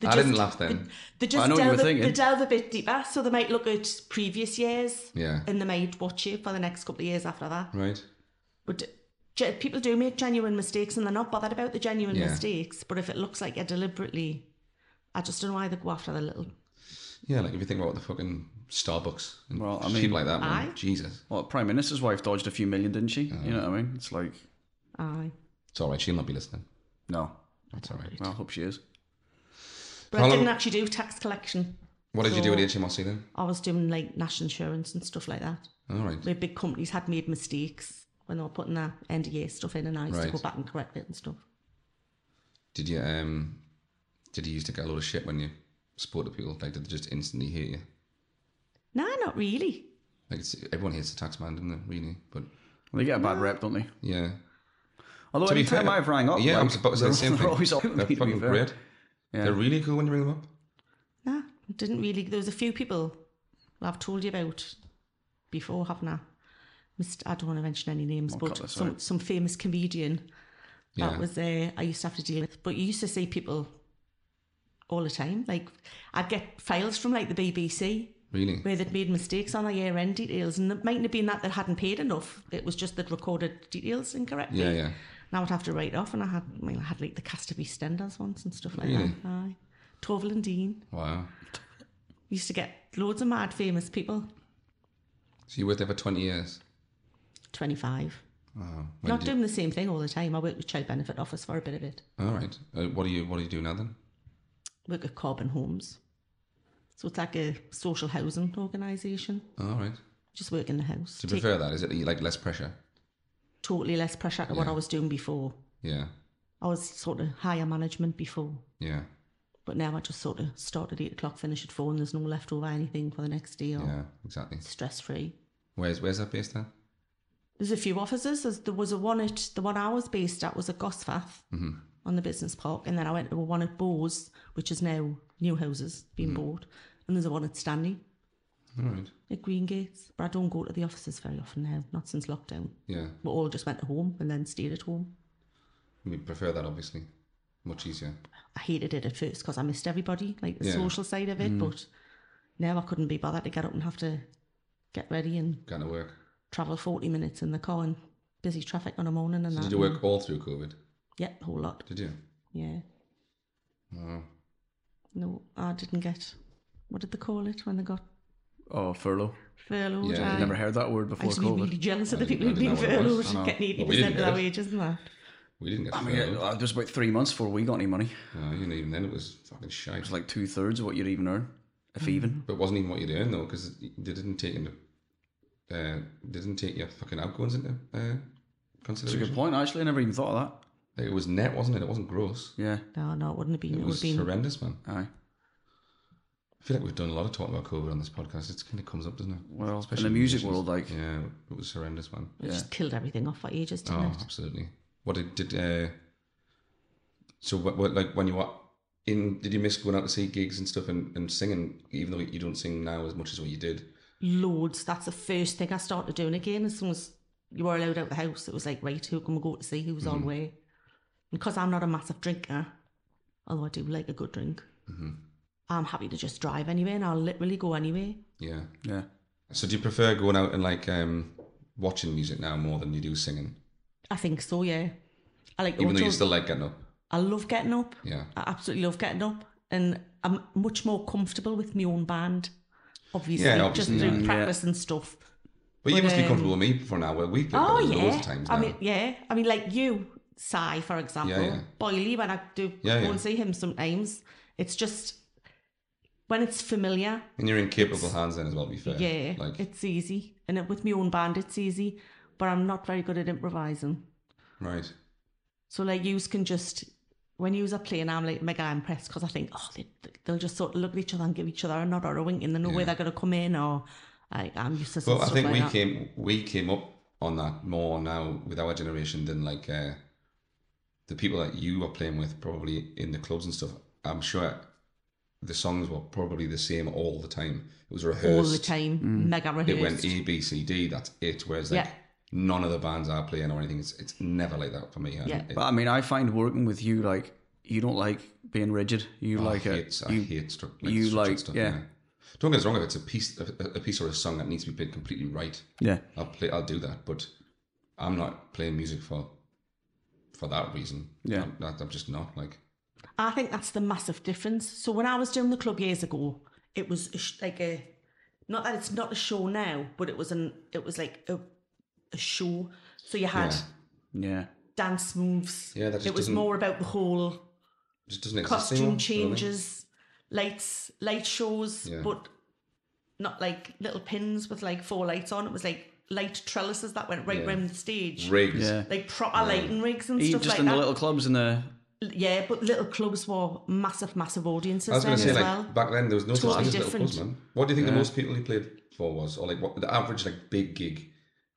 [SPEAKER 3] They
[SPEAKER 1] I
[SPEAKER 3] just-
[SPEAKER 1] didn't laugh then.
[SPEAKER 3] They just
[SPEAKER 2] I know what you
[SPEAKER 3] delve
[SPEAKER 2] were
[SPEAKER 3] a- they
[SPEAKER 2] thinking.
[SPEAKER 3] delve a bit deeper, so they might look at previous years,
[SPEAKER 1] Yeah,
[SPEAKER 3] and they might watch you for the next couple of years after that.
[SPEAKER 1] right.
[SPEAKER 3] But ge- people do make genuine mistakes, and they're not bothered about the genuine
[SPEAKER 1] Yeah.
[SPEAKER 3] mistakes. But if it looks like you're deliberately, I just don't know why they go after the little.
[SPEAKER 1] Yeah, like if you think about the fucking Starbucks and
[SPEAKER 2] Well, I
[SPEAKER 1] shit
[SPEAKER 2] mean-
[SPEAKER 1] like that, man.
[SPEAKER 3] Aye.
[SPEAKER 1] Jesus,
[SPEAKER 2] well, Prime Minister's wife dodged a few million, didn't she?
[SPEAKER 1] Uh-huh.
[SPEAKER 2] you know what I mean? It's like
[SPEAKER 3] Aye,
[SPEAKER 1] it's all right. She'll not be listening.
[SPEAKER 2] no.
[SPEAKER 1] That's all right.
[SPEAKER 2] Well, I hope she is.
[SPEAKER 3] but
[SPEAKER 1] How
[SPEAKER 3] I
[SPEAKER 1] long-
[SPEAKER 3] didn't actually do tax collection.
[SPEAKER 1] What did you do
[SPEAKER 3] So-
[SPEAKER 1] at HMRC then?
[SPEAKER 3] I was doing like national insurance and stuff like that.
[SPEAKER 1] All right.
[SPEAKER 3] Where big companies had made mistakes when they were putting their end of year stuff in, and I used
[SPEAKER 1] Right.
[SPEAKER 3] to go back and correct it and stuff.
[SPEAKER 1] Did you um did you used to get a lot of shit when you spoke to people? Like did they just instantly hate you?
[SPEAKER 3] Nah, not really.
[SPEAKER 1] Like it's, everyone hates the tax man, don't they? Really, but
[SPEAKER 2] They get a bad rep, don't they?
[SPEAKER 1] yeah,
[SPEAKER 2] Although
[SPEAKER 1] To be
[SPEAKER 2] every time
[SPEAKER 1] fair-
[SPEAKER 2] I've rang up,
[SPEAKER 1] yeah.
[SPEAKER 2] Oh, like,
[SPEAKER 1] I'm about to say
[SPEAKER 2] they're-
[SPEAKER 1] the same
[SPEAKER 2] they're
[SPEAKER 1] thing.
[SPEAKER 2] always up with
[SPEAKER 1] They're
[SPEAKER 2] me, to be
[SPEAKER 1] fucking
[SPEAKER 2] fair.
[SPEAKER 1] great.
[SPEAKER 2] Yeah.
[SPEAKER 1] They're really cool when you ring them up.
[SPEAKER 3] Nah, I didn't really. There was a few people I've told you about before, haven't I? Mr. I don't want to mention any names,
[SPEAKER 2] I'll cut
[SPEAKER 3] but
[SPEAKER 2] this
[SPEAKER 3] some,
[SPEAKER 2] out.
[SPEAKER 3] some famous comedian that
[SPEAKER 1] Yeah.
[SPEAKER 3] was there. I used to have to deal with, but you used to see people all the time. Like I'd get files from like the BBC
[SPEAKER 1] Really?
[SPEAKER 3] where they'd made mistakes on the year end details, and it mightn't have been that they hadn't paid enough. It was just they'd recorded details incorrectly.
[SPEAKER 1] Yeah, yeah.
[SPEAKER 3] And I would have to write off, and I had, I, mean, I had like the cast of EastEnders once and stuff like
[SPEAKER 1] Really?
[SPEAKER 3] that. Aye. Torval and Dean
[SPEAKER 1] Wow.
[SPEAKER 3] We used to get loads of mad famous people.
[SPEAKER 1] So you worked there for 20 years?
[SPEAKER 3] Twenty five.
[SPEAKER 1] Wow. When
[SPEAKER 3] Not
[SPEAKER 1] did-
[SPEAKER 3] doing the same thing all the time. I worked with Child Benefit Office for a bit of it.
[SPEAKER 1] All right. Uh, what do you What do you do now then?
[SPEAKER 3] Work at Carbon Homes, so it's like a social housing organisation.
[SPEAKER 1] All right.
[SPEAKER 3] Just work in the house.
[SPEAKER 1] Do you
[SPEAKER 3] Take
[SPEAKER 1] prefer that? Is it that you like less pressure?
[SPEAKER 3] totally less pressure to what
[SPEAKER 1] Yeah.
[SPEAKER 3] I was doing before.
[SPEAKER 1] Yeah.
[SPEAKER 3] I was sort of higher management before.
[SPEAKER 1] Yeah.
[SPEAKER 3] But now I just sort of start at eight o'clock, finish at four, and there's no leftover anything for the next day or
[SPEAKER 1] Yeah. Exactly.
[SPEAKER 3] stress free.
[SPEAKER 1] Where's Where's that based at?
[SPEAKER 3] There's a few offices. There's, there was a one at the one I was based at was at Gosforth
[SPEAKER 1] Mm-hmm.
[SPEAKER 3] on the business park, and then I went to one at Bowes, which is now new houses
[SPEAKER 1] Mm.
[SPEAKER 3] being bought, and there's a one at Stanley
[SPEAKER 1] All right.
[SPEAKER 3] at Green Gates. But I don't go to the offices very often now, not since lockdown.
[SPEAKER 1] Yeah.
[SPEAKER 3] We all just went home and then stayed at home.
[SPEAKER 1] We prefer that, obviously. Much easier.
[SPEAKER 3] I hated it at first because I missed everybody, like the
[SPEAKER 1] Yeah. Mm.
[SPEAKER 3] social side of it. But now I couldn't be bothered to get up and have to get ready and
[SPEAKER 1] Going to work.
[SPEAKER 3] travel 40 minutes in the car and busy traffic on a morning and
[SPEAKER 1] So
[SPEAKER 3] that.
[SPEAKER 1] did you work all through COVID?
[SPEAKER 3] Yep, whole lot.
[SPEAKER 1] Did you?
[SPEAKER 3] Yeah.
[SPEAKER 1] Wow.
[SPEAKER 3] No, I didn't get. What did they call it when they got
[SPEAKER 2] Oh, furlough.
[SPEAKER 3] furloughed?
[SPEAKER 1] Yeah,
[SPEAKER 3] I,
[SPEAKER 1] never
[SPEAKER 2] Never heard that word
[SPEAKER 3] I
[SPEAKER 2] before
[SPEAKER 3] used to be
[SPEAKER 2] COVID.
[SPEAKER 3] really jealous of the people
[SPEAKER 1] I
[SPEAKER 3] who'd been
[SPEAKER 1] didn't know what it was.
[SPEAKER 3] furloughed
[SPEAKER 2] I know.
[SPEAKER 3] and getting eighty
[SPEAKER 1] Well, we didn't
[SPEAKER 3] percent of their
[SPEAKER 1] get it.
[SPEAKER 3] wages and that.
[SPEAKER 1] We didn't get
[SPEAKER 2] I mean, it
[SPEAKER 1] furloughed.
[SPEAKER 2] was like uh, three months before we got any money.
[SPEAKER 1] No, you know, even then it was fucking shite.
[SPEAKER 2] It's like two thirds of what you'd even earn, if even.
[SPEAKER 1] But it wasn't even what you're doing though, because they didn't take into uh, they didn't take your fucking outgoings into uh,
[SPEAKER 2] That's a
[SPEAKER 1] consideration.
[SPEAKER 2] good point, actually. I never even thought of
[SPEAKER 1] Like, it was net, wasn't it? It wasn't gross.
[SPEAKER 2] that. Yeah.
[SPEAKER 3] No, no, it wouldn't have been. It,
[SPEAKER 1] It
[SPEAKER 3] would
[SPEAKER 1] was
[SPEAKER 3] have been.
[SPEAKER 1] horrendous, man.
[SPEAKER 2] Aye.
[SPEAKER 1] I feel like we've done a lot of talking about COVID on this podcast. It's kind of comes up, doesn't it?
[SPEAKER 2] Well,
[SPEAKER 1] Especially
[SPEAKER 2] in the music
[SPEAKER 1] musicians.
[SPEAKER 2] world, like,
[SPEAKER 1] Yeah, it was horrendous, man.
[SPEAKER 3] It just killed everything off for ages, didn't
[SPEAKER 1] Oh,
[SPEAKER 3] it?
[SPEAKER 1] absolutely. What did did uh, so? What, what like when you were in? Did you miss going out to see gigs and stuff and, and singing? Even though you don't sing now as much as what you did.
[SPEAKER 3] Loads. That's the first thing I started doing again. As soon as you were allowed out of the house, it was like, right, who can we go to see? Who's on
[SPEAKER 1] Mm-hmm.
[SPEAKER 3] way? Because I'm not a massive drinker, although I do like a good drink.
[SPEAKER 1] Mm-hmm.
[SPEAKER 3] I'm happy to just drive anywhere, and I'll literally go anywhere.
[SPEAKER 1] Yeah.
[SPEAKER 2] yeah.
[SPEAKER 1] So do you prefer going out and like um, watching music now more than you do singing?
[SPEAKER 3] I think so, yeah. I like
[SPEAKER 1] Even though you
[SPEAKER 3] autos.
[SPEAKER 1] still like getting up.
[SPEAKER 3] I love getting up.
[SPEAKER 1] Yeah.
[SPEAKER 3] I absolutely love getting up, and I'm much more comfortable with my own band. Obviously,
[SPEAKER 1] Yeah, obviously,
[SPEAKER 3] just through
[SPEAKER 2] yeah.
[SPEAKER 3] practice and stuff.
[SPEAKER 1] But you
[SPEAKER 3] But,
[SPEAKER 1] must be
[SPEAKER 3] um,
[SPEAKER 1] comfortable with me for an hour. We've been
[SPEAKER 3] Oh
[SPEAKER 1] together
[SPEAKER 3] yeah,
[SPEAKER 1] loads of times now.
[SPEAKER 3] I mean, yeah, I mean, like you, Sai, for example,
[SPEAKER 1] Yeah, yeah.
[SPEAKER 3] Boyley. When I do
[SPEAKER 1] Yeah,
[SPEAKER 3] go
[SPEAKER 1] yeah.
[SPEAKER 3] and see him, sometimes it's just when it's familiar.
[SPEAKER 1] and you're in capable hands then as well, to be fair.
[SPEAKER 3] Yeah,
[SPEAKER 1] Like
[SPEAKER 3] it's easy, and it, with my own band, it's easy. But I'm not very good at improvising.
[SPEAKER 1] right.
[SPEAKER 3] So like, yous can just when yous are playing, I'm like mega impressed because I think oh they, they'll just sort of look at each other and give each other a nod or a wink, and they know where they're gonna come in or like I'm used to.
[SPEAKER 1] But I
[SPEAKER 3] stuff
[SPEAKER 1] think
[SPEAKER 3] like
[SPEAKER 1] we
[SPEAKER 3] that.
[SPEAKER 1] came we came up on that more now with our generation than like uh, the people that you were playing with probably in the clubs and stuff. I'm sure the songs were probably the same all the time. It was rehearsed.
[SPEAKER 3] all the time, mega rehearsed.
[SPEAKER 1] it went A B C D. That's it. Whereas like
[SPEAKER 3] Yeah.
[SPEAKER 1] none of the bands I play in or anything, it's it's never like that for me. And
[SPEAKER 3] Yeah.
[SPEAKER 1] it-
[SPEAKER 2] But I mean, I find working with you, like, you don't like being rigid. You like
[SPEAKER 1] I
[SPEAKER 2] it.
[SPEAKER 1] hate, I
[SPEAKER 2] you,
[SPEAKER 1] hate stru-
[SPEAKER 2] you
[SPEAKER 1] structured
[SPEAKER 2] like- yeah.
[SPEAKER 1] Don't get us wrong. If it's a piece, a, a piece or a song that needs to be played completely right,
[SPEAKER 2] yeah.
[SPEAKER 1] I'll play. I'll do that. But I'm not playing music for for that reason.
[SPEAKER 2] Yeah.
[SPEAKER 1] I'm, not- I'm just not like.
[SPEAKER 3] I think that's the massive difference. So when I was doing the club years ago, it was a sh- like a not that it's not a show now, but it was an it was like a a show. So you had
[SPEAKER 1] Yeah.
[SPEAKER 2] Yeah.
[SPEAKER 3] dance moves.
[SPEAKER 1] Yeah, that just
[SPEAKER 3] it was
[SPEAKER 1] doesn't-
[SPEAKER 3] more about the whole
[SPEAKER 1] It just doesn't exist
[SPEAKER 3] costume
[SPEAKER 1] anymore, do you know what I mean?
[SPEAKER 3] changes, lights, light shows,
[SPEAKER 1] Yeah.
[SPEAKER 3] but not like little pins with like four lights on. It was like light trellises that went right
[SPEAKER 1] Yeah.
[SPEAKER 3] round the stage,
[SPEAKER 1] Rigs.
[SPEAKER 2] Yeah.
[SPEAKER 3] like proper lighting rigs and
[SPEAKER 2] Even
[SPEAKER 3] stuff
[SPEAKER 2] just
[SPEAKER 3] like
[SPEAKER 2] in
[SPEAKER 3] that.
[SPEAKER 2] the little clubs and the.
[SPEAKER 3] Yeah, but little clubs were massive, massive audiences
[SPEAKER 1] I was
[SPEAKER 3] then
[SPEAKER 1] going to say,
[SPEAKER 3] as
[SPEAKER 1] like
[SPEAKER 3] well.
[SPEAKER 1] back then, there was no such
[SPEAKER 3] Totally
[SPEAKER 1] thing as little
[SPEAKER 3] different.
[SPEAKER 1] clubs, man. What do you think the most people he played for was, or like what the average like big gig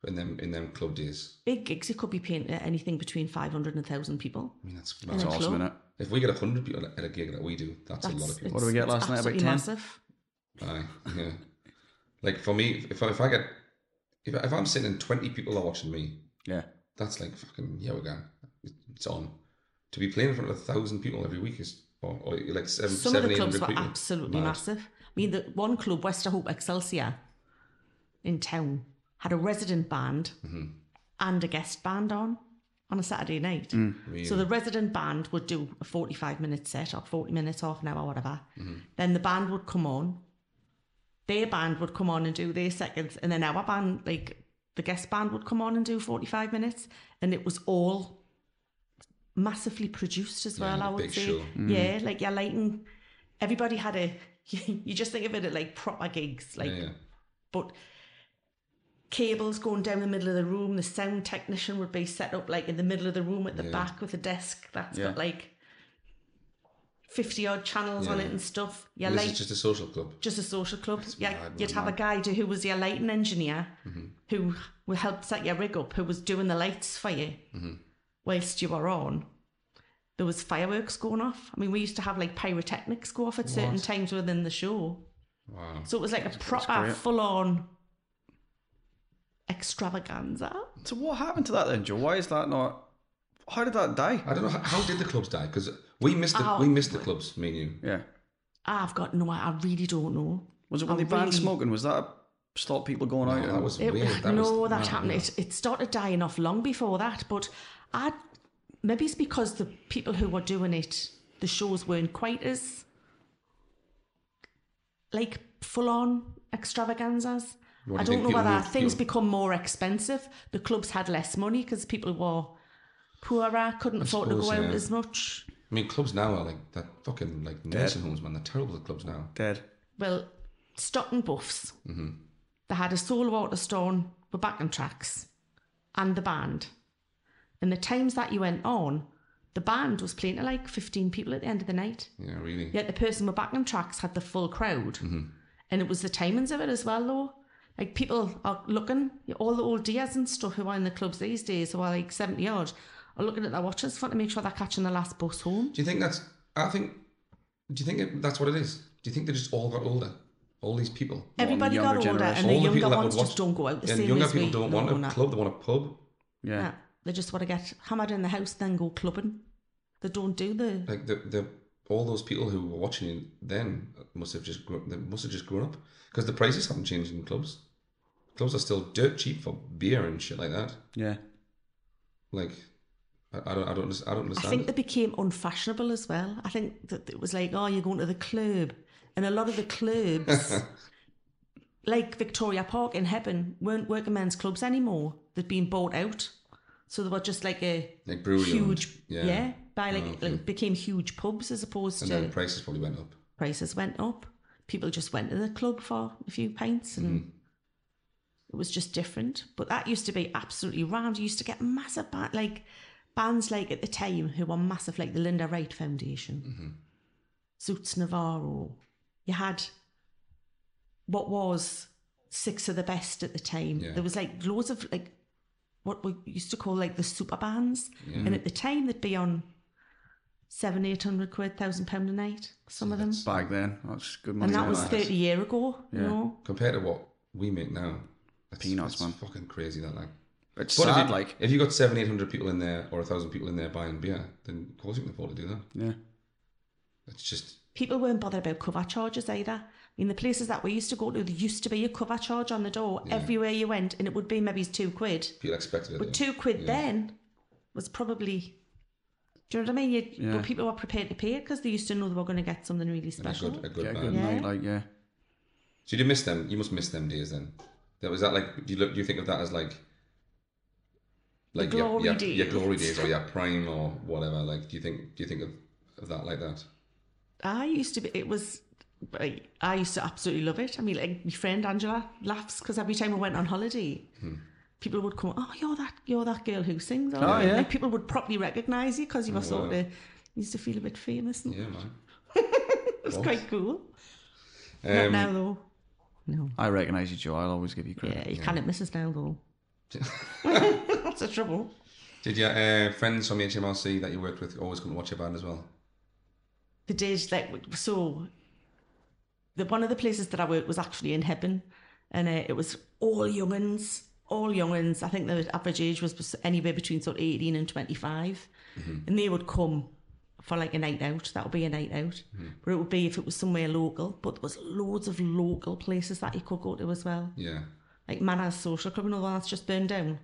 [SPEAKER 1] in them in them club days?
[SPEAKER 3] big gigs, it could be paying uh, anything between 500 and 1,000 people.
[SPEAKER 1] I mean, that's,
[SPEAKER 2] It's
[SPEAKER 1] that's
[SPEAKER 3] Yeah.
[SPEAKER 1] awesome.
[SPEAKER 2] awesome,
[SPEAKER 3] club.
[SPEAKER 2] is it?
[SPEAKER 1] If we get hundred people at a gig that we do, that's,
[SPEAKER 3] That's,
[SPEAKER 1] a lot of people.
[SPEAKER 2] What did we get
[SPEAKER 3] it's
[SPEAKER 2] last night, about
[SPEAKER 3] absolutely
[SPEAKER 2] 10?
[SPEAKER 3] Massive.
[SPEAKER 1] Aye, yeah. Like for me, if I, if I get if, if I'm sitting and 20 people are watching me,
[SPEAKER 2] Yeah.
[SPEAKER 1] that's like fucking yoga. It's on. To be playing in front of a thousand people every week is, or, or like seven,
[SPEAKER 3] Some
[SPEAKER 1] seven
[SPEAKER 3] of the clubs
[SPEAKER 1] 800
[SPEAKER 3] were
[SPEAKER 1] people.
[SPEAKER 3] absolutely
[SPEAKER 1] Mad.
[SPEAKER 3] massive. I mean, the one club, Westerhope Excelsior, in town, had a resident band
[SPEAKER 1] Mm-hmm.
[SPEAKER 3] and a guest band on on a Saturday night.
[SPEAKER 1] Mm,
[SPEAKER 3] So the resident band would do a 45 minute set or 40 minutes, half an hour, whatever.
[SPEAKER 1] Mm-hmm.
[SPEAKER 3] Then the band would come on. Their band would come on and do their seconds, and then our band, like the guest band, would come on and do 45 minutes, and it was all massively produced as well.
[SPEAKER 1] Yeah,
[SPEAKER 3] I
[SPEAKER 1] the
[SPEAKER 3] would
[SPEAKER 1] big
[SPEAKER 3] say,
[SPEAKER 1] show. Mm.
[SPEAKER 3] yeah, like you're lighting. Everybody had a. You just think of it at like proper gigs, like
[SPEAKER 1] Yeah, yeah.
[SPEAKER 3] but cables going down the middle of the room. The sound technician would be set up like in the middle of the room at the
[SPEAKER 1] Yeah.
[SPEAKER 3] back with a desk that's
[SPEAKER 2] Yeah.
[SPEAKER 3] got like fifty odd channels on
[SPEAKER 1] Yeah.
[SPEAKER 3] it and stuff. Your
[SPEAKER 1] This
[SPEAKER 3] light,
[SPEAKER 1] is
[SPEAKER 3] just,
[SPEAKER 1] just a social club.
[SPEAKER 3] a social club. Yeah,
[SPEAKER 1] mad,
[SPEAKER 3] you'd have a guy to, who was your lighting engineer, who who helped set your rig up, who was doing the lights for you whilst you were on. There was fireworks going off. I mean, we used to have like pyrotechnics go off at certain
[SPEAKER 1] What?
[SPEAKER 3] times within the show.
[SPEAKER 1] Wow.
[SPEAKER 3] So it was like a proper,
[SPEAKER 2] great.
[SPEAKER 3] full on extravaganza.
[SPEAKER 2] So what happened to that then, Joe? Why is that not? How did that die?
[SPEAKER 1] I don't know how, how did the clubs die because we missed the
[SPEAKER 3] Oh.
[SPEAKER 1] we missed the clubs. Me and you.
[SPEAKER 2] Yeah.
[SPEAKER 3] I've got no, I really don't know.
[SPEAKER 2] Was it when
[SPEAKER 3] I
[SPEAKER 2] they banned
[SPEAKER 3] really-
[SPEAKER 2] smoking? Was that stop people going out?
[SPEAKER 1] Oh,
[SPEAKER 2] and-
[SPEAKER 1] that was
[SPEAKER 3] It,
[SPEAKER 1] weird. That
[SPEAKER 3] no,
[SPEAKER 1] was,
[SPEAKER 3] that
[SPEAKER 1] mad,
[SPEAKER 3] happened.
[SPEAKER 1] yeah.
[SPEAKER 3] It, it started dying off long before that, but I maybe it's because the people who were doing it, the shows weren't quite as like full on extravaganzas.
[SPEAKER 1] What do
[SPEAKER 3] I
[SPEAKER 1] you
[SPEAKER 3] don't
[SPEAKER 1] think
[SPEAKER 3] know
[SPEAKER 1] people
[SPEAKER 3] whether
[SPEAKER 1] moved-
[SPEAKER 3] things
[SPEAKER 1] people-
[SPEAKER 3] become more expensive. The clubs had less money because people were poorer, couldn't afford to go
[SPEAKER 1] suppose,
[SPEAKER 3] out
[SPEAKER 1] yeah.
[SPEAKER 3] as much.
[SPEAKER 1] I mean, clubs now are like that fucking like nursing homes, man. They're terrible at clubs now.
[SPEAKER 2] dead.
[SPEAKER 3] Well, Stockton Buffs.
[SPEAKER 1] Mm-hmm.
[SPEAKER 3] They had a Soul Waterstone, were back on tracks, and the band. And the times that you went on, the band was playing to like 15 people at the end of the night.
[SPEAKER 1] Yeah, really.
[SPEAKER 3] Yet the person with back on tracks had the full crowd.
[SPEAKER 1] Mm-hmm.
[SPEAKER 3] And it was the timings of it as well, though. Like people are looking, all the old Diaz and stuff who are in the clubs these days, who are like 70 odd, are looking at their watches for to make sure they're catching the last bus home.
[SPEAKER 1] Do you think that's? I think. Do you think it, that's what it is? Do you think they just all got older? All these people.
[SPEAKER 3] Everybody got
[SPEAKER 2] younger
[SPEAKER 3] older,
[SPEAKER 2] generation.
[SPEAKER 3] and the
[SPEAKER 1] all
[SPEAKER 3] younger
[SPEAKER 1] that
[SPEAKER 3] ones
[SPEAKER 1] would
[SPEAKER 3] just don't go out the
[SPEAKER 1] and
[SPEAKER 3] same
[SPEAKER 1] younger
[SPEAKER 3] as
[SPEAKER 1] people
[SPEAKER 3] we.
[SPEAKER 1] don't
[SPEAKER 3] No,
[SPEAKER 1] want a
[SPEAKER 3] no.
[SPEAKER 1] club. They want a pub.
[SPEAKER 2] Yeah.
[SPEAKER 3] Yeah. Uh, They just want to get hammered in the house, then go clubbing. They don't do the.
[SPEAKER 1] Like the the all those people who were watching it then must have just grown, they must have just grown up because the prices haven't changed in clubs. Clubs are still dirt cheap for beer and shit like that.
[SPEAKER 2] Yeah.
[SPEAKER 1] Like, I, I don't I don't under- I don't
[SPEAKER 3] I
[SPEAKER 1] understand.
[SPEAKER 3] think
[SPEAKER 1] it.
[SPEAKER 3] they became unfashionable as well. I think that it was like, oh, you're going to the club. And a lot of the clubs, like Victoria Park in Hebburn, weren't working men's clubs anymore. They'd been bought out. So they were just like a
[SPEAKER 1] like brewery
[SPEAKER 3] huge,
[SPEAKER 1] owned.
[SPEAKER 3] yeah. by like,
[SPEAKER 1] Oh, okay.
[SPEAKER 3] like became huge pubs as opposed
[SPEAKER 1] and
[SPEAKER 3] to
[SPEAKER 1] then prices probably went up.
[SPEAKER 3] prices went up. People just went to the club for a few pints and it was just different. But that used to be absolutely rammed. You used to get massive band, like bands like at the time who were massive, like the Linda Wright Foundation, Zoots Navarro. You had what was six of the best at the time.
[SPEAKER 1] Yeah.
[SPEAKER 3] There was like loads of like what we used to call like the super bands. And at the time they'd be on seven, eight hundred quid, thousand pound a night, some of them.
[SPEAKER 2] Back then, that's good money.
[SPEAKER 3] And that was
[SPEAKER 2] That's-
[SPEAKER 3] thirty year ago, you
[SPEAKER 2] Yeah.
[SPEAKER 3] know.
[SPEAKER 1] Compared to what we make now, that's,
[SPEAKER 2] Peanuts,
[SPEAKER 1] that's
[SPEAKER 2] man.
[SPEAKER 1] Fucking crazy that like.
[SPEAKER 2] It's
[SPEAKER 1] But if
[SPEAKER 2] sad,
[SPEAKER 1] you,
[SPEAKER 2] like.
[SPEAKER 1] if you got seven, eight hundred people in there or a thousand people in there buying beer, then of course you can afford to do that.
[SPEAKER 2] Yeah.
[SPEAKER 1] It's just
[SPEAKER 3] people weren't bothered about cover charges either. I mean, the places that we used to go to, there used to be a cover charge on the door everywhere you went, and it would be maybe two quid.
[SPEAKER 1] people expected it.
[SPEAKER 3] But
[SPEAKER 1] then.
[SPEAKER 3] two quid
[SPEAKER 1] Yeah.
[SPEAKER 3] then was probably, do you know what I mean? You,
[SPEAKER 2] Yeah.
[SPEAKER 3] But people were prepared to pay it because they used to know they were going to get something really
[SPEAKER 1] And a
[SPEAKER 3] special.
[SPEAKER 1] good, a good
[SPEAKER 2] Get a
[SPEAKER 1] band.
[SPEAKER 2] good
[SPEAKER 3] Yeah.
[SPEAKER 2] night, like yeah.
[SPEAKER 1] So you did miss them. You must miss them days then. That was that like. Do you look? Do you think of that as like, like your-
[SPEAKER 3] glory
[SPEAKER 1] your,
[SPEAKER 3] days.
[SPEAKER 1] your glory days or your prime or whatever? Like, do you think? Do you think of, of that like that?
[SPEAKER 3] I used to be, it was, like, I used to absolutely love it. I mean, like, my friend Angela laughs because every time we went on holiday, people would come, oh, you're that, you're that girl who sings. aren't
[SPEAKER 2] Oh,
[SPEAKER 3] you?"
[SPEAKER 2] yeah.
[SPEAKER 3] Like, people would properly recognise you because you were
[SPEAKER 1] Oh,
[SPEAKER 3] sort
[SPEAKER 1] wow.
[SPEAKER 3] of, used to feel a bit famous. And
[SPEAKER 1] Yeah, man.
[SPEAKER 3] It's
[SPEAKER 1] What?
[SPEAKER 3] quite cool. Not
[SPEAKER 1] Um,
[SPEAKER 3] now, though. No.
[SPEAKER 2] I recognise you, Joe. I'll always give you credit.
[SPEAKER 3] Yeah, you can't miss us now, though. That's the trouble.
[SPEAKER 1] Did your uh, friends from HMRC that you worked with always come to watch your band as well?
[SPEAKER 3] The days that so the one of the places that I worked was actually in Hebburn, and uh, it was all younguns all youngins. I think the average age was bes- anywhere between sort of 18 and 25. And they would come for like a night out. That would be a night out. But it would be if it was somewhere local. But there was loads of local places that you could go to as well.
[SPEAKER 1] Yeah.
[SPEAKER 3] Like Manners Social Club and all that's just burned down.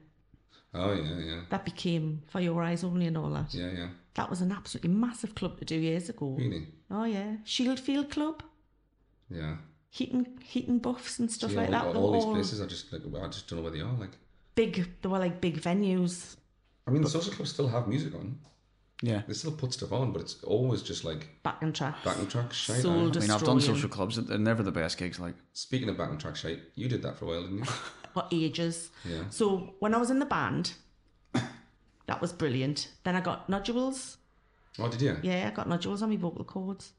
[SPEAKER 1] Oh yeah, yeah,
[SPEAKER 3] That became For Your Eyes Only and all that.
[SPEAKER 1] yeah, yeah.
[SPEAKER 3] That was an absolutely massive club to do years ago.
[SPEAKER 1] Really?
[SPEAKER 3] Oh, yeah. Shieldfield Club.
[SPEAKER 1] Yeah.
[SPEAKER 3] Heating, heating buffs and stuff
[SPEAKER 1] Yeah,
[SPEAKER 3] like
[SPEAKER 1] all,
[SPEAKER 3] that.
[SPEAKER 1] all,
[SPEAKER 3] They were
[SPEAKER 1] all these
[SPEAKER 3] all
[SPEAKER 1] places, I just like, I just don't know where they are. Like,
[SPEAKER 3] Big, they were like big venues.
[SPEAKER 1] I mean, the social clubs still have music on.
[SPEAKER 2] Yeah.
[SPEAKER 1] They still put stuff on, but it's always just like
[SPEAKER 3] Back and tracks.
[SPEAKER 1] backing track shite.
[SPEAKER 3] Soul
[SPEAKER 1] aye.
[SPEAKER 2] I mean, I've done
[SPEAKER 3] Destroying.
[SPEAKER 2] social clubs. They're never the best gigs. Like,
[SPEAKER 1] Speaking of backing track shite, you did that for a while, didn't you?
[SPEAKER 3] for ages.
[SPEAKER 1] Yeah.
[SPEAKER 3] So when I was in the band, that was brilliant. Then I got nodules.
[SPEAKER 1] Oh, did you?
[SPEAKER 3] Yeah, I got nodules on my vocal cords,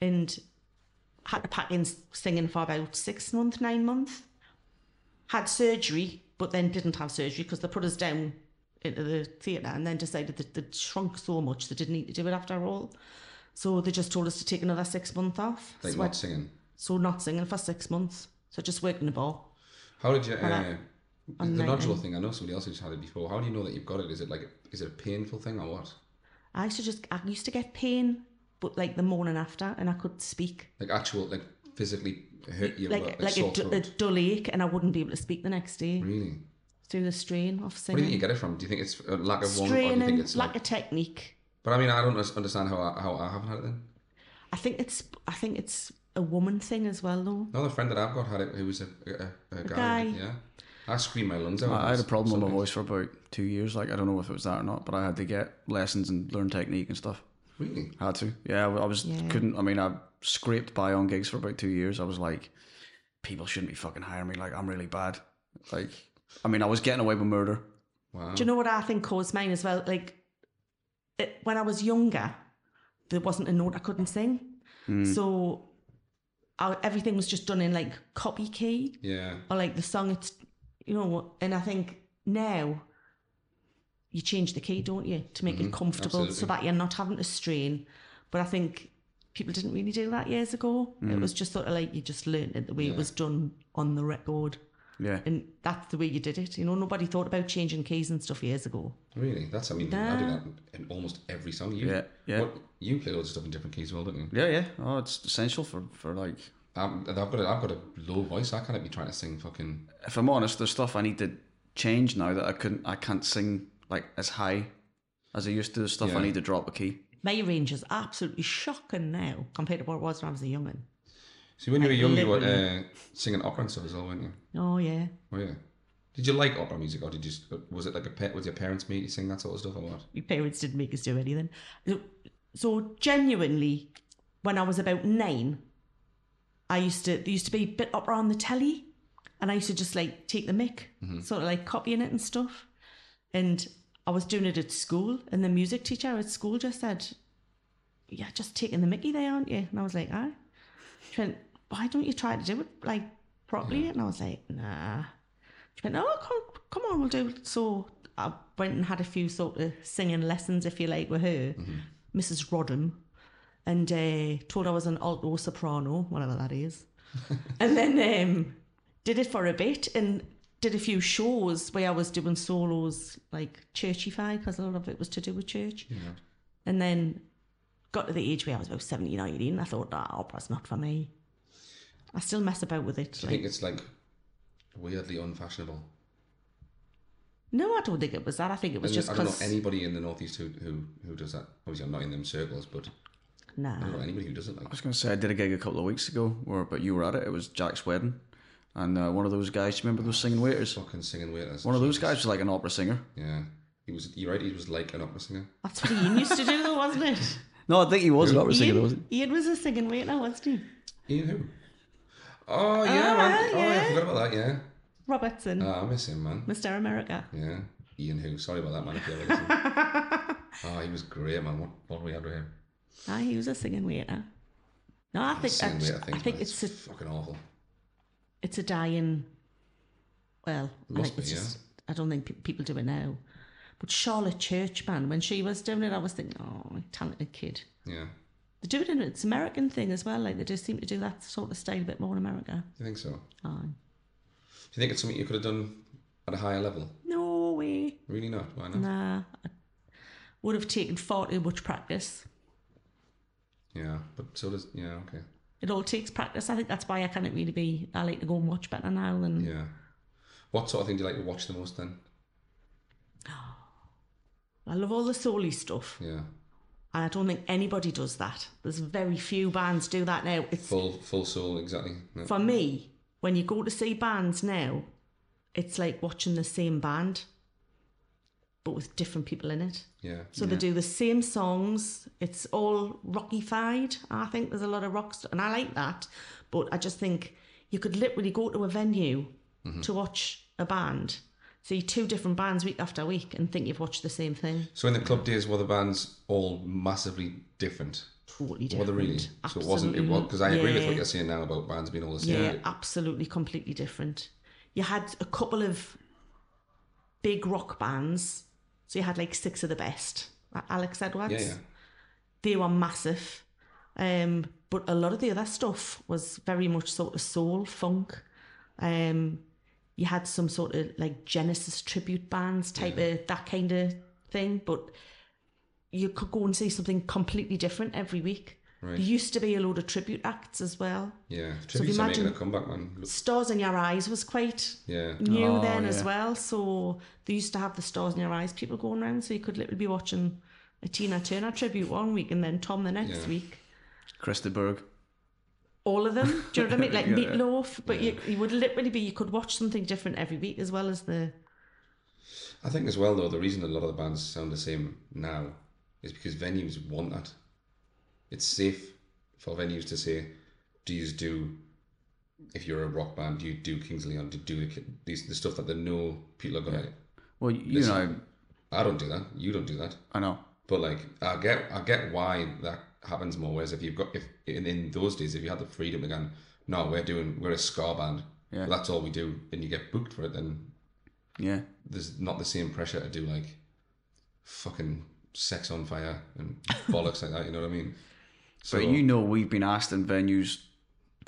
[SPEAKER 3] and had to pack in singing for about six months, nine months. Had surgery, but then didn't have surgery because they put us down into the theatre and then decided that they'd shrunk so much they didn't need to do it after all. So they just told us to take another six months off.
[SPEAKER 1] Like
[SPEAKER 3] so, I-
[SPEAKER 1] not singing.
[SPEAKER 3] so not singing for six months. So just working the bar.
[SPEAKER 1] How did you? Uh,
[SPEAKER 3] Well,
[SPEAKER 1] the
[SPEAKER 3] I'm like,
[SPEAKER 1] nodule
[SPEAKER 3] um,
[SPEAKER 1] thing. I know somebody else who's had it before. How do you know that you've got it? Is it like, is it a painful thing or what?
[SPEAKER 3] I used to just I used to get pain, but like the morning after, and I could speak
[SPEAKER 1] Like actual, like physically hurt you,
[SPEAKER 3] like
[SPEAKER 1] like,
[SPEAKER 3] like a,
[SPEAKER 1] sore
[SPEAKER 3] du- a
[SPEAKER 1] throat.
[SPEAKER 3] dull ache, and I wouldn't be able to speak the next day
[SPEAKER 1] Really?
[SPEAKER 3] through the strain of
[SPEAKER 1] What do you think you
[SPEAKER 3] singing,
[SPEAKER 1] get it from? Do you think it's a lack of one, or do you think
[SPEAKER 3] straining,
[SPEAKER 1] it's
[SPEAKER 3] lack
[SPEAKER 1] like?
[SPEAKER 3] of technique.
[SPEAKER 1] But I mean, I don't us- understand how I, how I haven't had it then.
[SPEAKER 3] I think it's I think it's a woman thing as well though.
[SPEAKER 1] Another friend that I've got had it. Who was a, a, a, guy.
[SPEAKER 3] guy.
[SPEAKER 1] Yeah. I screamed my lungs out.
[SPEAKER 2] I had a problem with my
[SPEAKER 1] Something.
[SPEAKER 2] voice for about two years. Like, I don't know if it was that or not, but I had to get lessons and learn technique and stuff.
[SPEAKER 1] Really?
[SPEAKER 2] Had to. Yeah, I was
[SPEAKER 3] Yeah.
[SPEAKER 2] couldn't. I mean, I scraped by on gigs for about two years. I was like, people shouldn't be fucking hiring me. Like, I'm really bad. Like, I mean, I was getting away with murder.
[SPEAKER 1] Wow.
[SPEAKER 3] Do you know what I think caused mine as well? Like it, when I was younger, there wasn't a note I couldn't sing,
[SPEAKER 1] Hmm.
[SPEAKER 3] so I, everything was just done in like copy key.
[SPEAKER 1] Yeah.
[SPEAKER 3] or like the song it's you know and i think now you change the key don't you to make it comfortable so
[SPEAKER 1] Mm-hmm. absolutely.
[SPEAKER 3] that you're not having to strain but i think people didn't really do that years ago it was just sort of like you just learned it the way
[SPEAKER 1] Mm-hmm. Yeah.
[SPEAKER 3] it was done on the record
[SPEAKER 2] Yeah.
[SPEAKER 3] and that's the way you did it you know nobody thought about changing keys and stuff years ago
[SPEAKER 1] Really? That's. I mean, I do
[SPEAKER 3] Nah.
[SPEAKER 1] that in almost every song. You,
[SPEAKER 2] Yeah, yeah.
[SPEAKER 1] What, you play loads of stuff in different keys, as well, don't you?
[SPEAKER 2] Yeah, yeah. Oh, it's essential for, for like,
[SPEAKER 1] Um, I've got a, I've got a low voice. I can't be trying to sing fucking.
[SPEAKER 2] if I'm honest, there's stuff I need to change now that I couldn't, I can't sing like as high as I used to. There's stuff
[SPEAKER 1] Yeah.
[SPEAKER 2] I need to drop a key.
[SPEAKER 3] my range is absolutely shocking now compared to what it was when i was a young'un
[SPEAKER 1] See, when you were
[SPEAKER 3] Like,
[SPEAKER 1] young, you were uh,
[SPEAKER 3] literally.
[SPEAKER 1] singing opera and stuff as well, weren't you?
[SPEAKER 3] oh yeah
[SPEAKER 1] Oh yeah. Did you like opera music, or did you? just- Was it like a pet? Was your parents make you sing that sort of stuff, or what?
[SPEAKER 3] my parents didn't make us do anything. So- So genuinely, when I was about nine, I used to there used to be a bit opera on the telly, and I used to just like take the mic, sort of like copying it and stuff. And I was doing it at school, and the music teacher at school just said, "Yeah, just taking the Mickey there, aren't you?" And I was like, "Aye." She went, "Why don't you try to do it like properly?" And I was like, "Nah." She went, "Oh, come, come on, we'll do." it." So I went and had a few sort of singing lessons, if you like, with her,
[SPEAKER 1] Mm-hmm.
[SPEAKER 3] Mrs. Rodham, and uh, told I was an alto soprano, whatever that is, and then um, did it for a bit and. Did a few shows where I was doing solos like churchify because a lot of it was to do with church. And then got to the age where I was about 17, 18. I thought, nah, opera's not for me. I still mess about with it.
[SPEAKER 1] Do you
[SPEAKER 3] like-
[SPEAKER 1] think it's like weirdly unfashionable?
[SPEAKER 3] no, I don't think it was that. I think it
[SPEAKER 1] I
[SPEAKER 3] was
[SPEAKER 1] mean,
[SPEAKER 3] just
[SPEAKER 1] I don't know
[SPEAKER 3] because.
[SPEAKER 1] anybody in the northeast who who who does that. Obviously, I'm not in them circles, but I don't
[SPEAKER 3] Nah.
[SPEAKER 1] know anybody who does it. Like,
[SPEAKER 2] I was going to say I did a gig a couple of weeks ago, where but you were at it. It was Jack's wedding, and uh, one of those guys. Do you remember those singing waiters?
[SPEAKER 1] fucking singing waiters.
[SPEAKER 2] One of those guys was like an opera singer.
[SPEAKER 1] Yeah, he was. You're right. He was like an opera singer.
[SPEAKER 3] That's what Ian used to do, though, wasn't it?
[SPEAKER 2] No, I think he was an opera singer. though,
[SPEAKER 3] Ian,
[SPEAKER 2] wasn't
[SPEAKER 3] Ian was a singing waiter, wasn't he? Ah,
[SPEAKER 1] Ian who? Oh yeah, man.
[SPEAKER 3] yeah,
[SPEAKER 1] Oh, yeah. I
[SPEAKER 3] yeah.
[SPEAKER 1] forgot about that. Yeah.
[SPEAKER 3] Robertson,
[SPEAKER 1] Oh, I miss him, man.
[SPEAKER 3] Mr. America.
[SPEAKER 1] Yeah. Ian who? Sorry about that, man. If you ever listen. oh, he was great, man. What what we had with him?
[SPEAKER 3] Ah, he was a singing waiter. No, I think,
[SPEAKER 1] Singing waiter
[SPEAKER 3] that's-
[SPEAKER 1] thing.
[SPEAKER 3] I think
[SPEAKER 1] man,
[SPEAKER 3] it's a,
[SPEAKER 1] fucking awful.
[SPEAKER 3] it's a dying. Well, I,
[SPEAKER 1] must
[SPEAKER 3] think it's
[SPEAKER 1] be, yeah.
[SPEAKER 3] just, I don't think pe- people do it now. But Charlotte Churchman, when she was doing it, I was thinking, oh, talented kid.
[SPEAKER 1] Yeah.
[SPEAKER 3] They do it in its American thing as well. Like they do seem to do that sort of style a bit more in America.
[SPEAKER 1] Do you think so? Do
[SPEAKER 3] Aye.
[SPEAKER 1] you think it's something you could have done at a higher level?
[SPEAKER 3] No way.
[SPEAKER 1] Really not? Why not?
[SPEAKER 3] Nah. I would have taken far too much practice.
[SPEAKER 1] Yeah, but so does yeah. Okay.
[SPEAKER 3] It all takes practice. I think that's why I can't really be. I like to go and watch better now than
[SPEAKER 1] Yeah. What sort of thing do you like to watch the most then?
[SPEAKER 3] I love all the Soli stuff.
[SPEAKER 1] Yeah.
[SPEAKER 3] And I don't think anybody does that. There's very few bands do that now. It's
[SPEAKER 1] Full full soul exactly. No.
[SPEAKER 3] for me, when you go to see bands now, it's like watching the same band, but with different people in it.
[SPEAKER 1] Yeah.
[SPEAKER 3] So they do the same songs. It's all rockified. I think there's a lot of rock stuff, and I like that. But I just think you could literally go to a venue
[SPEAKER 1] Mm-hmm.
[SPEAKER 3] to watch a band, see two different bands week after week, and think you've watched the same thing.
[SPEAKER 1] So in the club days, were the bands all massively different?
[SPEAKER 3] Totally
[SPEAKER 1] Were
[SPEAKER 3] different.
[SPEAKER 1] they really? So it wasn't. It was
[SPEAKER 3] Absolutely.
[SPEAKER 1] because I agree with
[SPEAKER 3] Yeah.
[SPEAKER 1] what you're saying now about bands being all the same.
[SPEAKER 3] Yeah, absolutely, completely different. You had a couple of big rock bands, so you had like six of the best. like Alex Edwards,
[SPEAKER 1] Yeah. Yeah.
[SPEAKER 3] they were massive, um, but a lot of the other stuff was very much sort of soul funk. Um, you had some sort of like Genesis tribute bands type of that kind of thing, but you could go and see something completely different every week.
[SPEAKER 1] Right.
[SPEAKER 3] There used to be a load of tribute acts as well.
[SPEAKER 1] Yeah. Tributes are making a
[SPEAKER 3] imagine-
[SPEAKER 1] comeback, man.
[SPEAKER 3] Stars in Your Eyes was quite
[SPEAKER 1] Yeah.
[SPEAKER 3] new
[SPEAKER 2] Oh,
[SPEAKER 3] then as
[SPEAKER 2] yeah.
[SPEAKER 3] well. So they used to have the Stars in Your Eyes people going around, so you could literally be watching a Tina Turner tribute one week and then Tom the next
[SPEAKER 1] Yeah.
[SPEAKER 3] week.
[SPEAKER 2] Christy Berg.
[SPEAKER 3] All of them, do you know what I mean? Like
[SPEAKER 2] Yeah.
[SPEAKER 3] meatloaf, but you, you would literally be you could watch something different every week as well as the
[SPEAKER 1] I think as well though the reason a lot of the bands sound the same now is because venues want that. It's safe for venues to say, "Do you do?" If you're a rock band, do you do Kings of Leon? Do you do the, these the stuff that they know people are gonna?
[SPEAKER 2] Well, you know,
[SPEAKER 1] I don't do that. You don't do that.
[SPEAKER 2] I know.
[SPEAKER 1] But like, I get, I get why that happens more. Whereas if you've got, if in, in those days, if you had the freedom again, no, we're doing, we're a ska band.
[SPEAKER 2] Yeah.
[SPEAKER 1] That's all we do, and you get booked for it. Then
[SPEAKER 2] Yeah.
[SPEAKER 1] there's not the same pressure to do like, fucking sex on fire and bollocks like that. You know what I mean? So
[SPEAKER 2] But you know, we've been asked in venues,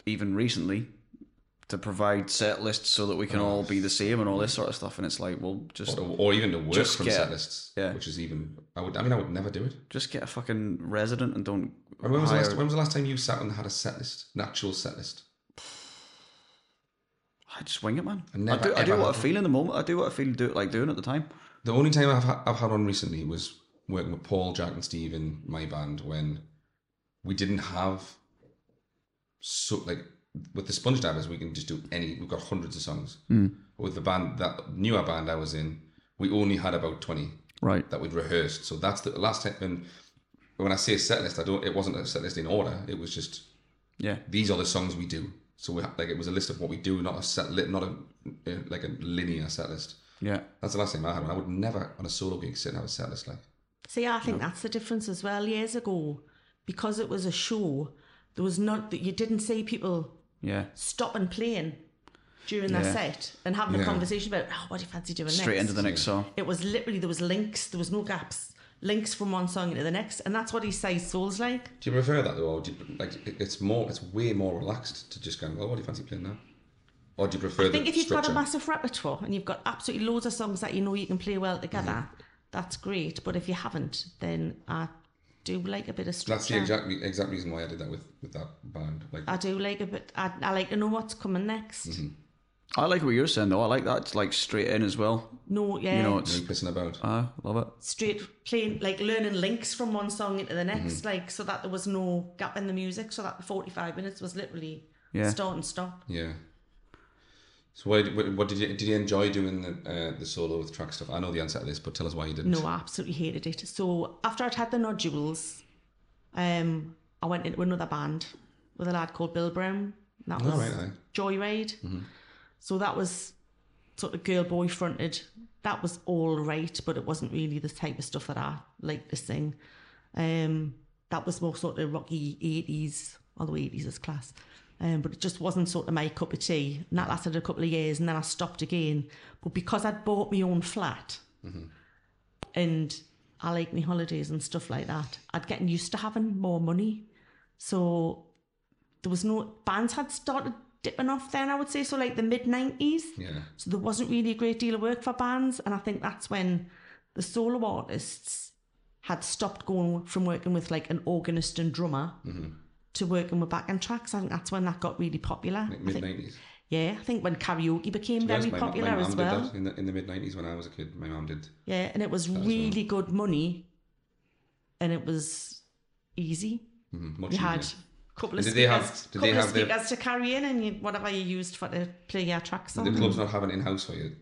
[SPEAKER 2] even recently, to provide set lists so that we can all be the same and all this sort of stuff. And it's like, well, just
[SPEAKER 1] or, or even the work
[SPEAKER 2] Just
[SPEAKER 1] from
[SPEAKER 2] get-
[SPEAKER 1] set lists,
[SPEAKER 2] yeah.
[SPEAKER 1] which is even. I would, I mean, I would never do it.
[SPEAKER 2] just get a fucking resident and don't.
[SPEAKER 1] When was, the
[SPEAKER 2] hire-
[SPEAKER 1] last, when was the last time you sat and had a set list, an actual set list?
[SPEAKER 2] I just wing it, man. I,
[SPEAKER 1] never,
[SPEAKER 2] do, I do
[SPEAKER 1] ever
[SPEAKER 2] what I
[SPEAKER 1] have
[SPEAKER 2] feel in the moment. I do what I feel do like doing at the time.
[SPEAKER 1] The only time I've, ha- I've had one recently was working with Paul, Jack, and Steve in my band when we didn't have so like with the Sponge Divers we can just do any. We've got hundreds of songs.
[SPEAKER 2] Hmm.
[SPEAKER 1] With the band that newer band I was in, we only had about twenty
[SPEAKER 2] Right.
[SPEAKER 1] that we'd rehearsed. So that's the last time. And when I say set list, I don't. It wasn't a set list in order. It was just
[SPEAKER 2] Yeah.
[SPEAKER 1] these are the songs we do. So we ha- like it was a list of what we do, not a set li- not a uh, like a linear set list.
[SPEAKER 2] Yeah.
[SPEAKER 1] That's the last time I had one. I would never on a solo gig sit and have a set list like.
[SPEAKER 3] See, I think that's the difference as well. Years ago, because it was a show, there was not that you didn't see people
[SPEAKER 2] Yeah.
[SPEAKER 3] stopping playing during their
[SPEAKER 2] Yeah.
[SPEAKER 3] set and having
[SPEAKER 1] Yeah.
[SPEAKER 3] a conversation about oh, what do you fancy doing
[SPEAKER 2] Straight
[SPEAKER 3] next?
[SPEAKER 2] into the next song.
[SPEAKER 3] It was literally there was links, there was no gaps. Links from one song into the next, and that's what he says soul's like.
[SPEAKER 1] Do you prefer that though, or do you, like it- it's more? It's way more relaxed to just go. Well, what do you fancy playing now? Or do you prefer
[SPEAKER 3] I think
[SPEAKER 1] the
[SPEAKER 3] if you've
[SPEAKER 1] structure?
[SPEAKER 3] got a massive repertoire and you've got absolutely loads of songs that you know you can play well together,
[SPEAKER 1] Mm-hmm.
[SPEAKER 3] that's great. But if you haven't, then I do like a bit of structure.
[SPEAKER 1] That's the exact re- exact reason why I did that with with that band. Like
[SPEAKER 3] I do like a bit. I, I like to know what's coming next.
[SPEAKER 1] Mm-hmm.
[SPEAKER 2] I like what you're saying though. I like that. It's like straight in as well.
[SPEAKER 3] No, yeah,
[SPEAKER 2] You know,
[SPEAKER 1] no
[SPEAKER 2] it's
[SPEAKER 1] pissing about.
[SPEAKER 2] I love it.
[SPEAKER 3] straight playing like learning links from one song into the next,
[SPEAKER 1] Mm-hmm.
[SPEAKER 3] like so that there was no gap in the music, so that the forty-five minutes was literally
[SPEAKER 2] Yeah.
[SPEAKER 3] start and stop.
[SPEAKER 1] Yeah. So why, what, what did you did you enjoy doing the uh, the solo with track stuff? I know the answer to this, but tell us why you didn't.
[SPEAKER 3] No, I absolutely hated it. So after I'd had the nodules, um, I went into another band with a lad called Bill Brown. That
[SPEAKER 1] All
[SPEAKER 3] was
[SPEAKER 1] right, aye. Mm-hmm.
[SPEAKER 3] Joyride. So that was sort of girl boy fronted. That was all right, but it wasn't really the type of stuff that I like to sing. Um, that was more sort of rocky 80s, although 80s is class. Um, but it just wasn't sort of my cup of tea. And that lasted a couple of years and then I stopped again. But because I'd bought my own flat and I like my holidays and stuff like that, I'd gotten used to having more money. So there was no bands had started dipping off then, I would say. So, like the mid 90s.
[SPEAKER 1] Yeah.
[SPEAKER 3] So there wasn't really a great deal of work for bands, and I think that's when the solo artists had stopped going from working with like an organist and drummer
[SPEAKER 1] Mm-hmm.
[SPEAKER 3] to working with backing tracks. I think that's when that got really popular.
[SPEAKER 1] Like
[SPEAKER 3] I
[SPEAKER 1] mid
[SPEAKER 3] think-
[SPEAKER 1] nineties.
[SPEAKER 3] yeah, I think when karaoke became very
[SPEAKER 1] my,
[SPEAKER 3] popular
[SPEAKER 1] my mum
[SPEAKER 3] as well.
[SPEAKER 1] did that in the, in the mid nineties when I was a kid. My mum did.
[SPEAKER 3] Yeah, and it was
[SPEAKER 1] well.
[SPEAKER 3] really good money, and it was easy.
[SPEAKER 1] Mm, much
[SPEAKER 3] You
[SPEAKER 1] easier.
[SPEAKER 3] had a couple of
[SPEAKER 1] And did
[SPEAKER 3] speakers,
[SPEAKER 1] they have- did
[SPEAKER 3] couple
[SPEAKER 1] they
[SPEAKER 3] of
[SPEAKER 1] have their-
[SPEAKER 3] speakers to carry in, and you, whatever you used for to play your tracks on.
[SPEAKER 1] the club's not having in house for you.
[SPEAKER 3] Oh.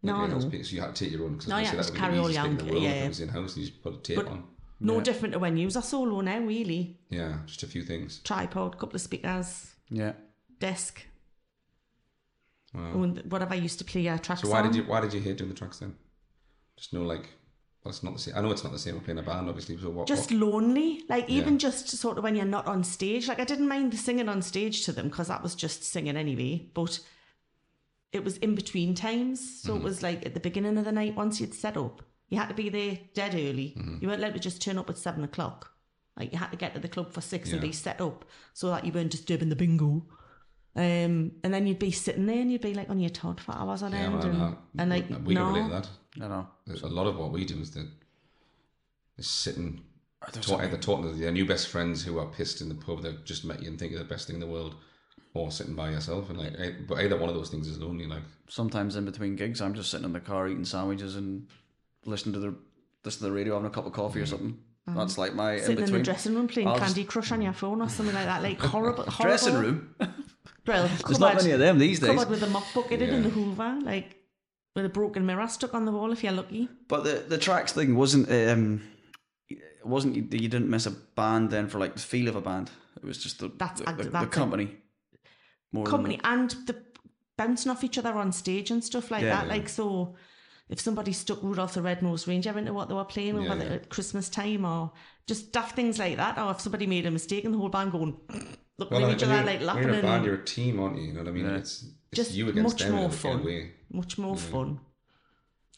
[SPEAKER 3] No,
[SPEAKER 1] like,
[SPEAKER 3] no.
[SPEAKER 1] in-house piece, So you had to take your own. Cause
[SPEAKER 3] No,
[SPEAKER 1] I
[SPEAKER 3] you
[SPEAKER 1] said
[SPEAKER 3] had
[SPEAKER 1] that
[SPEAKER 3] to
[SPEAKER 1] would be the
[SPEAKER 3] carry all
[SPEAKER 1] easiest
[SPEAKER 3] your
[SPEAKER 1] thing in
[SPEAKER 3] own
[SPEAKER 1] the
[SPEAKER 3] kit,
[SPEAKER 1] world
[SPEAKER 3] yeah,
[SPEAKER 1] if
[SPEAKER 3] yeah.
[SPEAKER 1] it was in house and you just put a tape
[SPEAKER 3] But-
[SPEAKER 1] on.
[SPEAKER 3] no
[SPEAKER 2] Yeah.
[SPEAKER 3] different to when you was a solo now, really.
[SPEAKER 1] Yeah, just a few things.
[SPEAKER 3] Tripod, couple of speakers,
[SPEAKER 2] Yeah.
[SPEAKER 3] desk,
[SPEAKER 1] Wow.
[SPEAKER 3] and whatever you used to play uh, your tracks
[SPEAKER 1] So why
[SPEAKER 3] on.
[SPEAKER 1] did you why did you hate doing the tracks then? Just know like well, it's not the same. I know it's not the same. We're playing a band, obviously. So what?
[SPEAKER 3] just
[SPEAKER 1] what-
[SPEAKER 3] lonely like even
[SPEAKER 1] Yeah.
[SPEAKER 3] just sort of when you're not on stage like i didn't mind the singing on stage to them because that was just singing anyway but it was in between times
[SPEAKER 1] Mm-hmm.
[SPEAKER 3] so it was like at the beginning of the night once you'd set up you had to be there dead early
[SPEAKER 1] Mm-hmm.
[SPEAKER 3] you weren't allowed to just turn up at seven o'clock like you had to get to the club for six and
[SPEAKER 1] Yeah.
[SPEAKER 3] be set up so that you weren't disturbing the bingo um, and then you'd be sitting there and you'd be like on your todd for hours on
[SPEAKER 1] yeah,
[SPEAKER 3] end
[SPEAKER 1] well,
[SPEAKER 3] and,
[SPEAKER 1] no,
[SPEAKER 3] and like
[SPEAKER 1] we
[SPEAKER 3] no
[SPEAKER 1] can relate to that.
[SPEAKER 2] I know.
[SPEAKER 1] There's a lot of what we do is the is sitting
[SPEAKER 2] I don't
[SPEAKER 1] talk, either talking to their new best friends who are pissed in the pub they've just met you and think you're the best thing in the world, or sitting by yourself and like, eh, but either one of those things is lonely. Like,
[SPEAKER 2] sometimes in between gigs, I'm just sitting in the car eating sandwiches and listening to the listen to the radio, having a cup of coffee or
[SPEAKER 1] Mm.
[SPEAKER 2] something. That's like my in
[SPEAKER 3] Mm-hmm. Sitting in
[SPEAKER 2] between
[SPEAKER 3] the dressing room playing
[SPEAKER 2] I'll just-
[SPEAKER 3] Candy Crush on your phone or something like that, like horrible, horrible.
[SPEAKER 2] dressing room.
[SPEAKER 3] Well,
[SPEAKER 2] There's not many of them these days.
[SPEAKER 3] Covered with a mop bucket in
[SPEAKER 1] Yeah.
[SPEAKER 3] and a Hoover, like with a broken mirror stuck on the wall if you're lucky.
[SPEAKER 2] But the the tracks thing wasn't um it wasn't you didn't miss a band then for like the feel of a band. It was just the
[SPEAKER 3] That's-
[SPEAKER 2] the, the- the
[SPEAKER 3] that's it.
[SPEAKER 2] company. More than
[SPEAKER 3] Company and the bouncing off each other on stage and stuff like
[SPEAKER 2] Yeah,
[SPEAKER 3] that.
[SPEAKER 1] yeah.
[SPEAKER 3] Like so, if somebody stuck Rudolph the Red-Nosed Reindeer into what they were playing
[SPEAKER 1] Yeah,
[SPEAKER 3] over
[SPEAKER 1] yeah.
[SPEAKER 3] at Christmas time, or just daft things like that, or if somebody made a mistake and the whole band going looking at each
[SPEAKER 1] when
[SPEAKER 3] other
[SPEAKER 1] you're-
[SPEAKER 3] like
[SPEAKER 1] when
[SPEAKER 3] laughing
[SPEAKER 1] you're in a band,
[SPEAKER 3] and
[SPEAKER 1] you're a team, aren't you? You know what I mean?
[SPEAKER 2] Yeah.
[SPEAKER 1] It's, it's
[SPEAKER 3] Just
[SPEAKER 1] you against
[SPEAKER 3] much
[SPEAKER 1] them in
[SPEAKER 3] more
[SPEAKER 1] a- in a
[SPEAKER 3] fun.
[SPEAKER 1] way.
[SPEAKER 3] much more fun.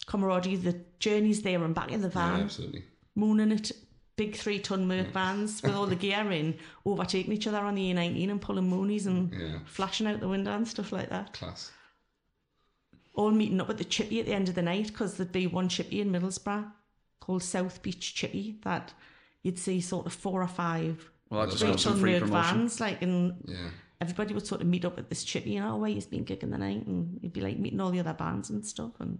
[SPEAKER 3] Camaraderie, the journeys there and back in the
[SPEAKER 1] Yeah,
[SPEAKER 3] van.
[SPEAKER 1] absolutely.
[SPEAKER 3] mooning it. Big three ton Merc vans with all the gear in, overtaking each other on the A19 and pulling moonies and
[SPEAKER 1] Yeah,
[SPEAKER 3] flashing out the window and stuff like that.
[SPEAKER 1] class.
[SPEAKER 3] All meeting up at the chippy at the end of the night because there'd be one chippy in Middlesbrough called South Beach Chippy that you'd see sort of four or five
[SPEAKER 2] well, that just
[SPEAKER 3] three
[SPEAKER 2] helps some
[SPEAKER 3] ton
[SPEAKER 2] free
[SPEAKER 3] Merc
[SPEAKER 2] promotion.
[SPEAKER 3] vans, like, and
[SPEAKER 1] Yeah,
[SPEAKER 3] everybody would sort of meet up at this chippy, you know, where you've been gigging the night, and you'd be like meeting all the other bands and stuff, and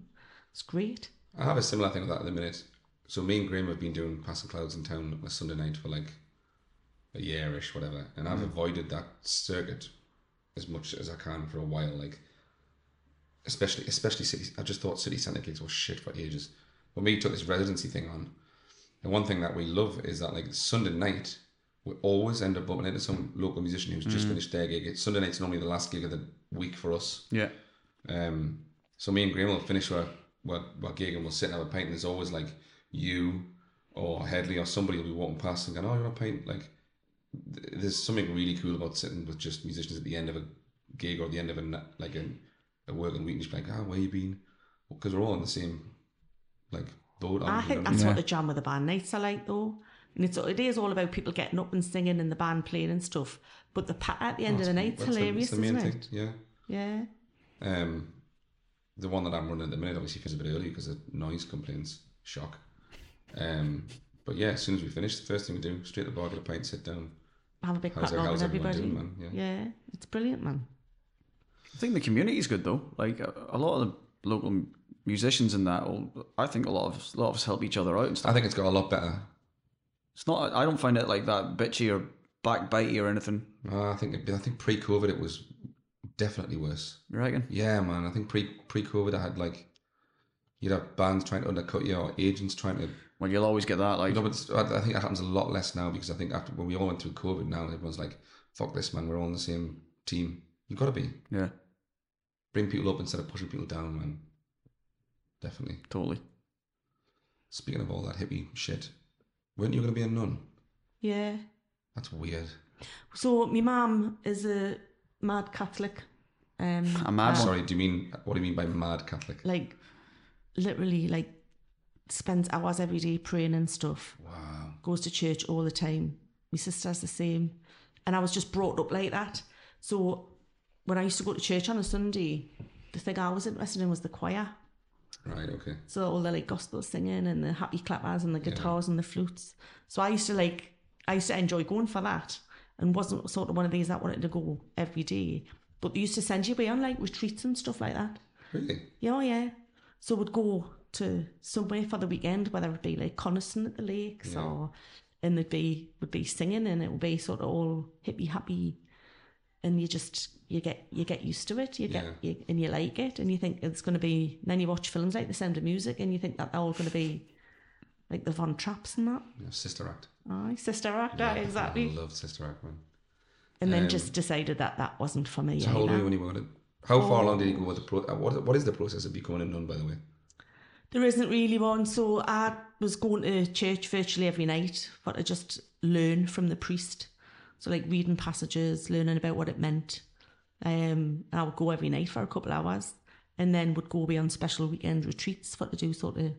[SPEAKER 3] it's great.
[SPEAKER 1] I have a similar thing with that at the minute. So me and Graham have been doing Passing Clouds in town on a Sunday night for like a year-ish, whatever, and I've avoided that circuit as much as I can for a while. Like, especially especially city. I just thought city centre gigs were shit for ages. But we took this residency thing on, and one thing that we love is that like Sunday night, we always end up bumping into some local musician who's just finished their gig. It's Sunday night's normally the last gig of the week for us.
[SPEAKER 2] Yeah.
[SPEAKER 1] Um, so me and Graham will finish our, our, our gig and we'll sit and have a pint and there's always like you or Headley or somebody will be walking past and going, oh, you want a pint? Like th- there's something really cool about sitting with just musicians at the end of a gig or the end of a, na- like a, a working week and just be like, ah, where you been? Because we're all in the same like boat.
[SPEAKER 3] I
[SPEAKER 1] aren't we? You
[SPEAKER 3] think
[SPEAKER 1] know what
[SPEAKER 3] that's
[SPEAKER 1] I mean?
[SPEAKER 3] what the jam with the band nights are like, though. And it's it is all about people getting up and singing and the band playing and stuff. But the pat at the end of the night's
[SPEAKER 1] Oh, That's the-
[SPEAKER 3] hilarious,
[SPEAKER 1] that's the main
[SPEAKER 3] isn't it?
[SPEAKER 1] thing, Yeah.
[SPEAKER 3] Yeah.
[SPEAKER 1] Um, the one that I'm running at the minute obviously finishes a bit early because of noise complaints. Shock. Um, but yeah, as soon as we finish, the first thing we do, straight to the bar, get a pint, sit down.
[SPEAKER 3] Have a big
[SPEAKER 1] How's,
[SPEAKER 3] pat
[SPEAKER 1] how's
[SPEAKER 3] rock with
[SPEAKER 1] everyone
[SPEAKER 3] everybody.
[SPEAKER 1] doing, man? Yeah.
[SPEAKER 3] yeah. it's brilliant, man.
[SPEAKER 2] I think the community's good though. Like a, a lot of the local musicians in that, all, I think a lot of us- a lot of us help each other out and stuff.
[SPEAKER 1] I think it's got a lot better.
[SPEAKER 2] It's not. I don't find it like that bitchy or backbitey or anything.
[SPEAKER 1] Uh, I think it, I think pre-COVID it was definitely worse.
[SPEAKER 2] You reckon?
[SPEAKER 1] Yeah, man. I think pre pre-COVID I had like you'd have bands trying to undercut you or agents trying to
[SPEAKER 2] Well, you'll always get that. Like,
[SPEAKER 1] No, but it's- I I think that happens a lot less now because I think after when we all went through COVID, now everyone's like, "Fuck this, man! We're all on the same team. You've got to be
[SPEAKER 2] yeah,
[SPEAKER 1] bring people up instead of pushing people down, man." Definitely.
[SPEAKER 2] totally.
[SPEAKER 1] Speaking of all that hippie shit, weren't you going to be a nun?
[SPEAKER 3] Yeah.
[SPEAKER 1] That's weird.
[SPEAKER 3] So my mum is a mad Catholic. Um,
[SPEAKER 2] A mad one.
[SPEAKER 1] Sorry, do you mean what do you mean by mad Catholic?
[SPEAKER 3] like literally like spends hours every day praying and stuff.
[SPEAKER 1] Wow.
[SPEAKER 3] goes to church all the time. My sister's the same. And I was just brought up like that. So when I used to go to church on a Sunday, the thing I was interested in was the choir.
[SPEAKER 1] Right, okay.
[SPEAKER 3] So all the like gospel singing and the happy clappers and the guitars and the flutes. So I used to like I used to enjoy going for that and wasn't sort of one of these that wanted to go every day. But they used to send you away on like retreats and stuff like that.
[SPEAKER 1] Really?
[SPEAKER 3] Yeah, oh, yeah. So we'd go to somewhere for the weekend, whether it be like Coniston at the lakes
[SPEAKER 1] Yeah.
[SPEAKER 3] or and they'd be would be singing and it would be sort of all hippy happy and you just you get you get used to it you get
[SPEAKER 1] Yeah.
[SPEAKER 3] you, and you like it and you think it's going to be then you watch films like The Sound of Music and you think that they're all going to be like the Von Trapps and that
[SPEAKER 1] Yeah, Sister Act.
[SPEAKER 3] aye Sister Act aye,
[SPEAKER 1] Yeah,
[SPEAKER 3] exactly
[SPEAKER 1] I love Sister Act, man.
[SPEAKER 3] and then
[SPEAKER 1] Um,
[SPEAKER 3] just decided that that wasn't for me
[SPEAKER 1] So how old were
[SPEAKER 3] either.
[SPEAKER 1] you when you wanted? How far along did you go with the pro? uh, What, what is the process of becoming a nun, by the way?
[SPEAKER 3] There isn't really one. So I was going to church virtually every night, but I just learn from the priest. So like reading passages, learning about what it meant. Um, I would go every night for a couple hours, and then would go away on special weekend retreats for to do sort of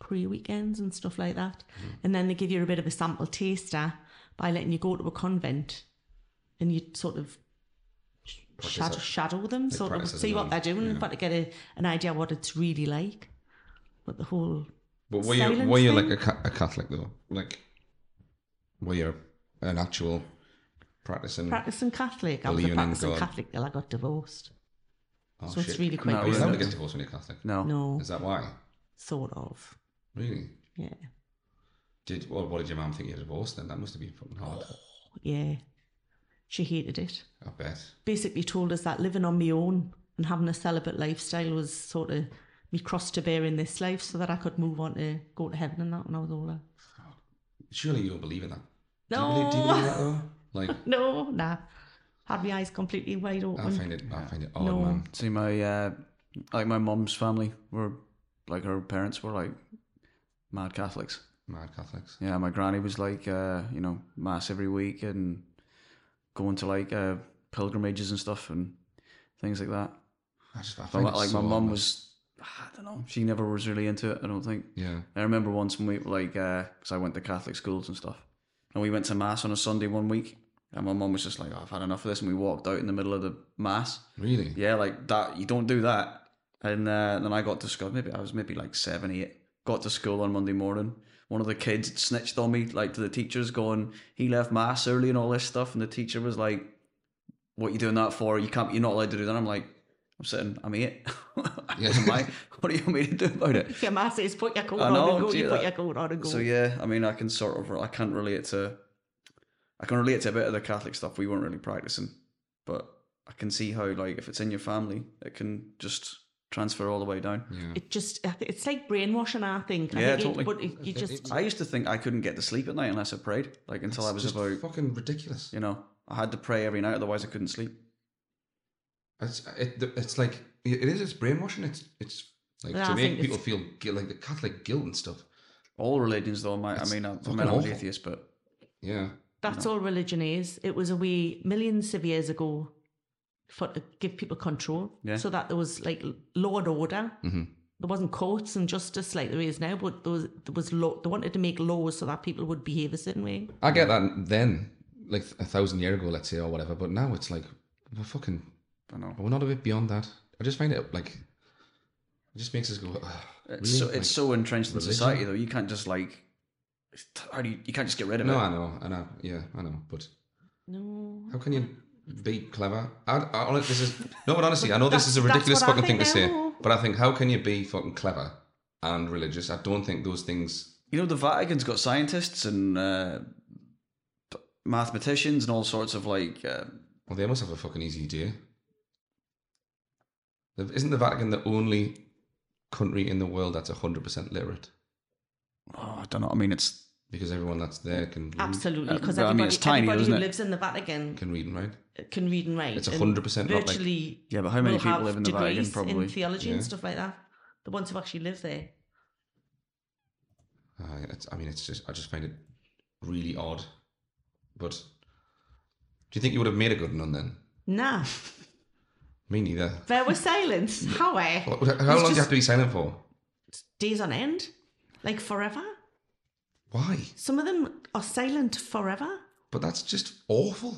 [SPEAKER 3] pre weekends and stuff like that. And then they give you a bit of a sample taster by letting you go to a convent, and you sort of shadow,
[SPEAKER 1] it.
[SPEAKER 3] shadow them, sort of
[SPEAKER 1] practice as a
[SPEAKER 3] see what
[SPEAKER 1] nun,
[SPEAKER 3] they're doing,
[SPEAKER 1] yeah.
[SPEAKER 3] but to get a, an idea what it's really like. But the whole
[SPEAKER 1] But were you
[SPEAKER 3] Silence
[SPEAKER 1] were you like
[SPEAKER 3] thing?
[SPEAKER 1] a, ca- a Catholic though? Like, were you an actual practicing?
[SPEAKER 3] practicing Catholic, I was a
[SPEAKER 1] Believing in
[SPEAKER 3] practicing
[SPEAKER 1] God.
[SPEAKER 3] Catholic till I got divorced.
[SPEAKER 1] oh,
[SPEAKER 3] so it's
[SPEAKER 1] shit.
[SPEAKER 3] really quite
[SPEAKER 2] No,
[SPEAKER 1] Are you allowed to
[SPEAKER 2] isn't
[SPEAKER 1] get
[SPEAKER 2] it?
[SPEAKER 1] divorced when you're Catholic?
[SPEAKER 2] No.
[SPEAKER 3] No,
[SPEAKER 1] Is that why?
[SPEAKER 3] sort of.
[SPEAKER 1] Really?
[SPEAKER 3] Yeah,
[SPEAKER 1] Did well, what did your mum think you were divorced then? That must have been fucking hard.
[SPEAKER 3] yeah. She hated it.
[SPEAKER 1] I bet.
[SPEAKER 3] Basically, told us that living on my own and having a celibate lifestyle was sort of me cross to bear in this life, so that I could move on to go to heaven and that when I was older.
[SPEAKER 1] Surely you don't believe in that. Do you
[SPEAKER 3] No,
[SPEAKER 1] believe, do you believe that though? Like,
[SPEAKER 3] no, nah. Had my eyes completely wide
[SPEAKER 1] I
[SPEAKER 3] open.
[SPEAKER 1] find it. I find it odd,
[SPEAKER 3] No.
[SPEAKER 1] man.
[SPEAKER 2] See, my uh, like my mum's family were like her parents were like mad Catholics.
[SPEAKER 1] Mad Catholics.
[SPEAKER 2] Yeah, my granny was like uh, you know mass every week and going to like uh, pilgrimages and stuff and things like that.
[SPEAKER 1] I just. I
[SPEAKER 2] But
[SPEAKER 1] find
[SPEAKER 2] like,
[SPEAKER 1] it
[SPEAKER 2] like
[SPEAKER 1] so
[SPEAKER 2] my
[SPEAKER 1] odd,
[SPEAKER 2] mum
[SPEAKER 1] man.
[SPEAKER 2] was, I don't know, she never was really into it. I don't think.
[SPEAKER 1] Yeah.
[SPEAKER 2] I remember once when we like because I went to Catholic schools and stuff, and we went to mass on a Sunday one week, and my mum was just like, oh, "I've had enough of this," and we walked out in the middle of the mass.
[SPEAKER 1] Really.
[SPEAKER 2] Yeah, like that. You don't do that. And uh, then I got to school. Maybe I was maybe like seven, eight. Got to school on Monday morning. One of the kids snitched on me, like to the teachers, going he left mass early and all this stuff. And the teacher was like, "What you doing that for? You can't. You're not allowed to do that." I'm like, "I'm sitting. I'm eight.
[SPEAKER 1] Yeah.
[SPEAKER 2] Am I? What do you want me to do about it?"
[SPEAKER 3] If your ma says put your coat
[SPEAKER 2] I
[SPEAKER 3] on
[SPEAKER 2] know,
[SPEAKER 3] and go,
[SPEAKER 2] do
[SPEAKER 3] you
[SPEAKER 2] that.
[SPEAKER 3] put your coat on and go.
[SPEAKER 2] So yeah, I mean, I can sort of, I can't relate to, I can relate to a bit of the Catholic stuff we weren't really practicing, but I can see how like if it's in your family, it can just transfer all the way down.
[SPEAKER 1] Yeah.
[SPEAKER 3] It just, I think- it's like brainwashing, I think. I
[SPEAKER 2] Yeah,
[SPEAKER 3] think it-
[SPEAKER 2] totally.
[SPEAKER 3] But it, you just,
[SPEAKER 2] I used to think I couldn't get to sleep at night unless I prayed, like until I was
[SPEAKER 1] Just
[SPEAKER 2] about,
[SPEAKER 1] fucking ridiculous.
[SPEAKER 2] you know, I had to pray every night, otherwise I couldn't sleep.
[SPEAKER 1] It's it, it's like it is. It's brainwashing. It's it's like
[SPEAKER 3] Yeah,
[SPEAKER 1] to
[SPEAKER 3] I
[SPEAKER 1] make
[SPEAKER 3] think
[SPEAKER 1] people
[SPEAKER 3] it's-
[SPEAKER 1] feel guilt, like the Catholic guilt and stuff.
[SPEAKER 2] All religions, though, my, I
[SPEAKER 1] It's
[SPEAKER 2] mean, I, I
[SPEAKER 1] fucking
[SPEAKER 2] mean, I'm an
[SPEAKER 1] awful.
[SPEAKER 2] atheist, but
[SPEAKER 1] Yeah,
[SPEAKER 3] That's all religion is. It was a way millions of years ago for to give people control,
[SPEAKER 2] Yeah. Mm-hmm.
[SPEAKER 3] so that there was like law and order. There wasn't courts and justice like there is now, but there was there was law. They wanted to make laws so that people would behave a certain way.
[SPEAKER 1] I get that then, like a thousand year ago, let's say or whatever. But now it's like we're fucking
[SPEAKER 2] I know.
[SPEAKER 1] we're not a bit beyond that. I just find it like it just makes us go. "Ugh,
[SPEAKER 2] It's
[SPEAKER 1] really?"
[SPEAKER 2] so,
[SPEAKER 1] Like,
[SPEAKER 2] it's so entrenched in
[SPEAKER 1] religion?
[SPEAKER 2] society, though. You can't just like, how do you, you can't just get rid of
[SPEAKER 1] no,
[SPEAKER 2] it.
[SPEAKER 1] I know, I know, yeah, I know. But
[SPEAKER 3] No,
[SPEAKER 2] Mm-hmm.
[SPEAKER 1] how can you be clever? I, I honestly, this is no, but honestly, I know this is a
[SPEAKER 3] That's- that's
[SPEAKER 1] ridiculous
[SPEAKER 3] what I
[SPEAKER 1] fucking thing
[SPEAKER 3] think
[SPEAKER 1] to say.
[SPEAKER 3] now.
[SPEAKER 1] But I think how can you be fucking clever and religious? I don't think those things.
[SPEAKER 2] You know, the Vatican's got scientists and uh, p- mathematicians and all sorts of like. Uh,
[SPEAKER 1] Well, they must have a fucking easy day. The- Isn't the Vatican the only country in the world that's 100% literate?
[SPEAKER 2] oh, I don't know. I mean, it's
[SPEAKER 1] Because everyone that's there can read,
[SPEAKER 3] absolutely, because
[SPEAKER 2] Uh, I
[SPEAKER 3] everybody,
[SPEAKER 2] mean, it's tiny,
[SPEAKER 3] everybody
[SPEAKER 2] isn't
[SPEAKER 3] who
[SPEAKER 2] it?
[SPEAKER 3] lives in the Vatican
[SPEAKER 1] can read and write.
[SPEAKER 3] can read and write.
[SPEAKER 1] It's
[SPEAKER 3] and
[SPEAKER 1] 100% not like-
[SPEAKER 3] virtually.
[SPEAKER 2] yeah, but how many
[SPEAKER 3] will
[SPEAKER 2] people
[SPEAKER 3] have
[SPEAKER 2] live in the Vatican?
[SPEAKER 3] degrees
[SPEAKER 2] Probably.
[SPEAKER 3] in theology
[SPEAKER 1] Yeah.
[SPEAKER 3] and stuff like that. The ones who actually live there.
[SPEAKER 1] Uh, it's, I mean, it's just I just find it really odd. But do you think you would have made a good nun then?
[SPEAKER 3] Nah,
[SPEAKER 1] Me neither.
[SPEAKER 3] there was silence. How? eh?
[SPEAKER 1] What- How long do you
[SPEAKER 3] just-
[SPEAKER 1] have to be silent for?
[SPEAKER 3] days on end, like forever.
[SPEAKER 1] Why?
[SPEAKER 3] Some of them are silent forever.
[SPEAKER 1] But that's just awful.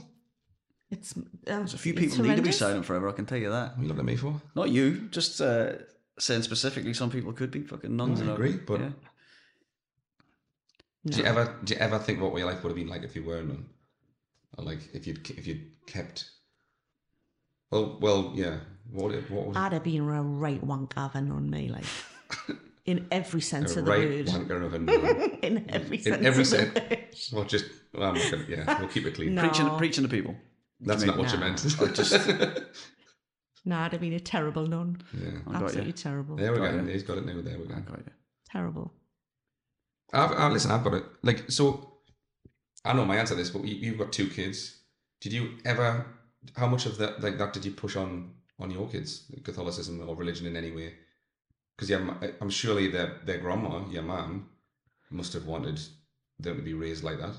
[SPEAKER 3] It's um,
[SPEAKER 2] So a few people
[SPEAKER 3] it's
[SPEAKER 2] need to be
[SPEAKER 3] horrendous.
[SPEAKER 2] silent forever. I can tell you that.
[SPEAKER 1] What are you looking at me for?
[SPEAKER 2] Not you. Just uh, saying specifically, some people could be fucking nuns.
[SPEAKER 1] I
[SPEAKER 2] and
[SPEAKER 1] agree, but-
[SPEAKER 2] yeah.
[SPEAKER 1] Do you ever do you ever think what your life would have been like if you were none? Or like if you'd ke- if you'd kept Well well, yeah. What it- what was
[SPEAKER 3] I'd have been a right wank oven on me, like in every sense
[SPEAKER 1] a
[SPEAKER 3] of the
[SPEAKER 1] right
[SPEAKER 3] word.
[SPEAKER 1] wanker of a nun?
[SPEAKER 3] In every sense.
[SPEAKER 1] In every
[SPEAKER 3] of the
[SPEAKER 1] sense.
[SPEAKER 3] word.
[SPEAKER 1] Well just well, I'm not gonna, yeah, we'll keep it clean.
[SPEAKER 3] No.
[SPEAKER 2] Preaching, preaching to people.
[SPEAKER 1] That's not what you
[SPEAKER 3] No.
[SPEAKER 1] meant.
[SPEAKER 3] No, I'd have been a terrible nun.
[SPEAKER 1] yeah.
[SPEAKER 2] I got
[SPEAKER 3] Absolutely
[SPEAKER 2] you.
[SPEAKER 3] terrible.
[SPEAKER 1] There we
[SPEAKER 2] Got
[SPEAKER 1] go.
[SPEAKER 2] it.
[SPEAKER 1] He's got it now. There we go.
[SPEAKER 2] I got you.
[SPEAKER 3] Terrible.
[SPEAKER 1] I've, I, listen, I've got it. Like, so I know my answer to this, but you, you've got two kids. Did you ever? How much of that, like that, did you push on on your kids Catholicism or religion in any way? Because yeah, I'm surely their their grandma, your mum, must have wanted them to be raised like that.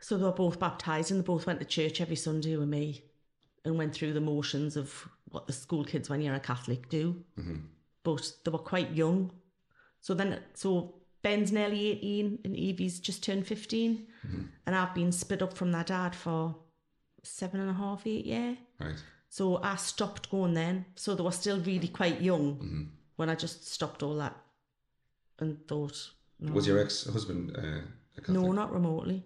[SPEAKER 3] So they were both baptised and they both went to church every Sunday with me and went through the motions of what the school kids when you're a Catholic do.
[SPEAKER 1] Mm-hmm.
[SPEAKER 3] But they were quite young. So then, so Ben's nearly 18 and Evie's just turned 15.
[SPEAKER 1] Mm-hmm.
[SPEAKER 3] And I've been split up from their dad for seven and a half, eight years.
[SPEAKER 1] Right.
[SPEAKER 3] So I stopped going then. So they were still really quite young
[SPEAKER 1] Mm-hmm.
[SPEAKER 3] when I just stopped all that and thought, no,
[SPEAKER 1] Was your ex husband uh, a Catholic?
[SPEAKER 3] no not remotely.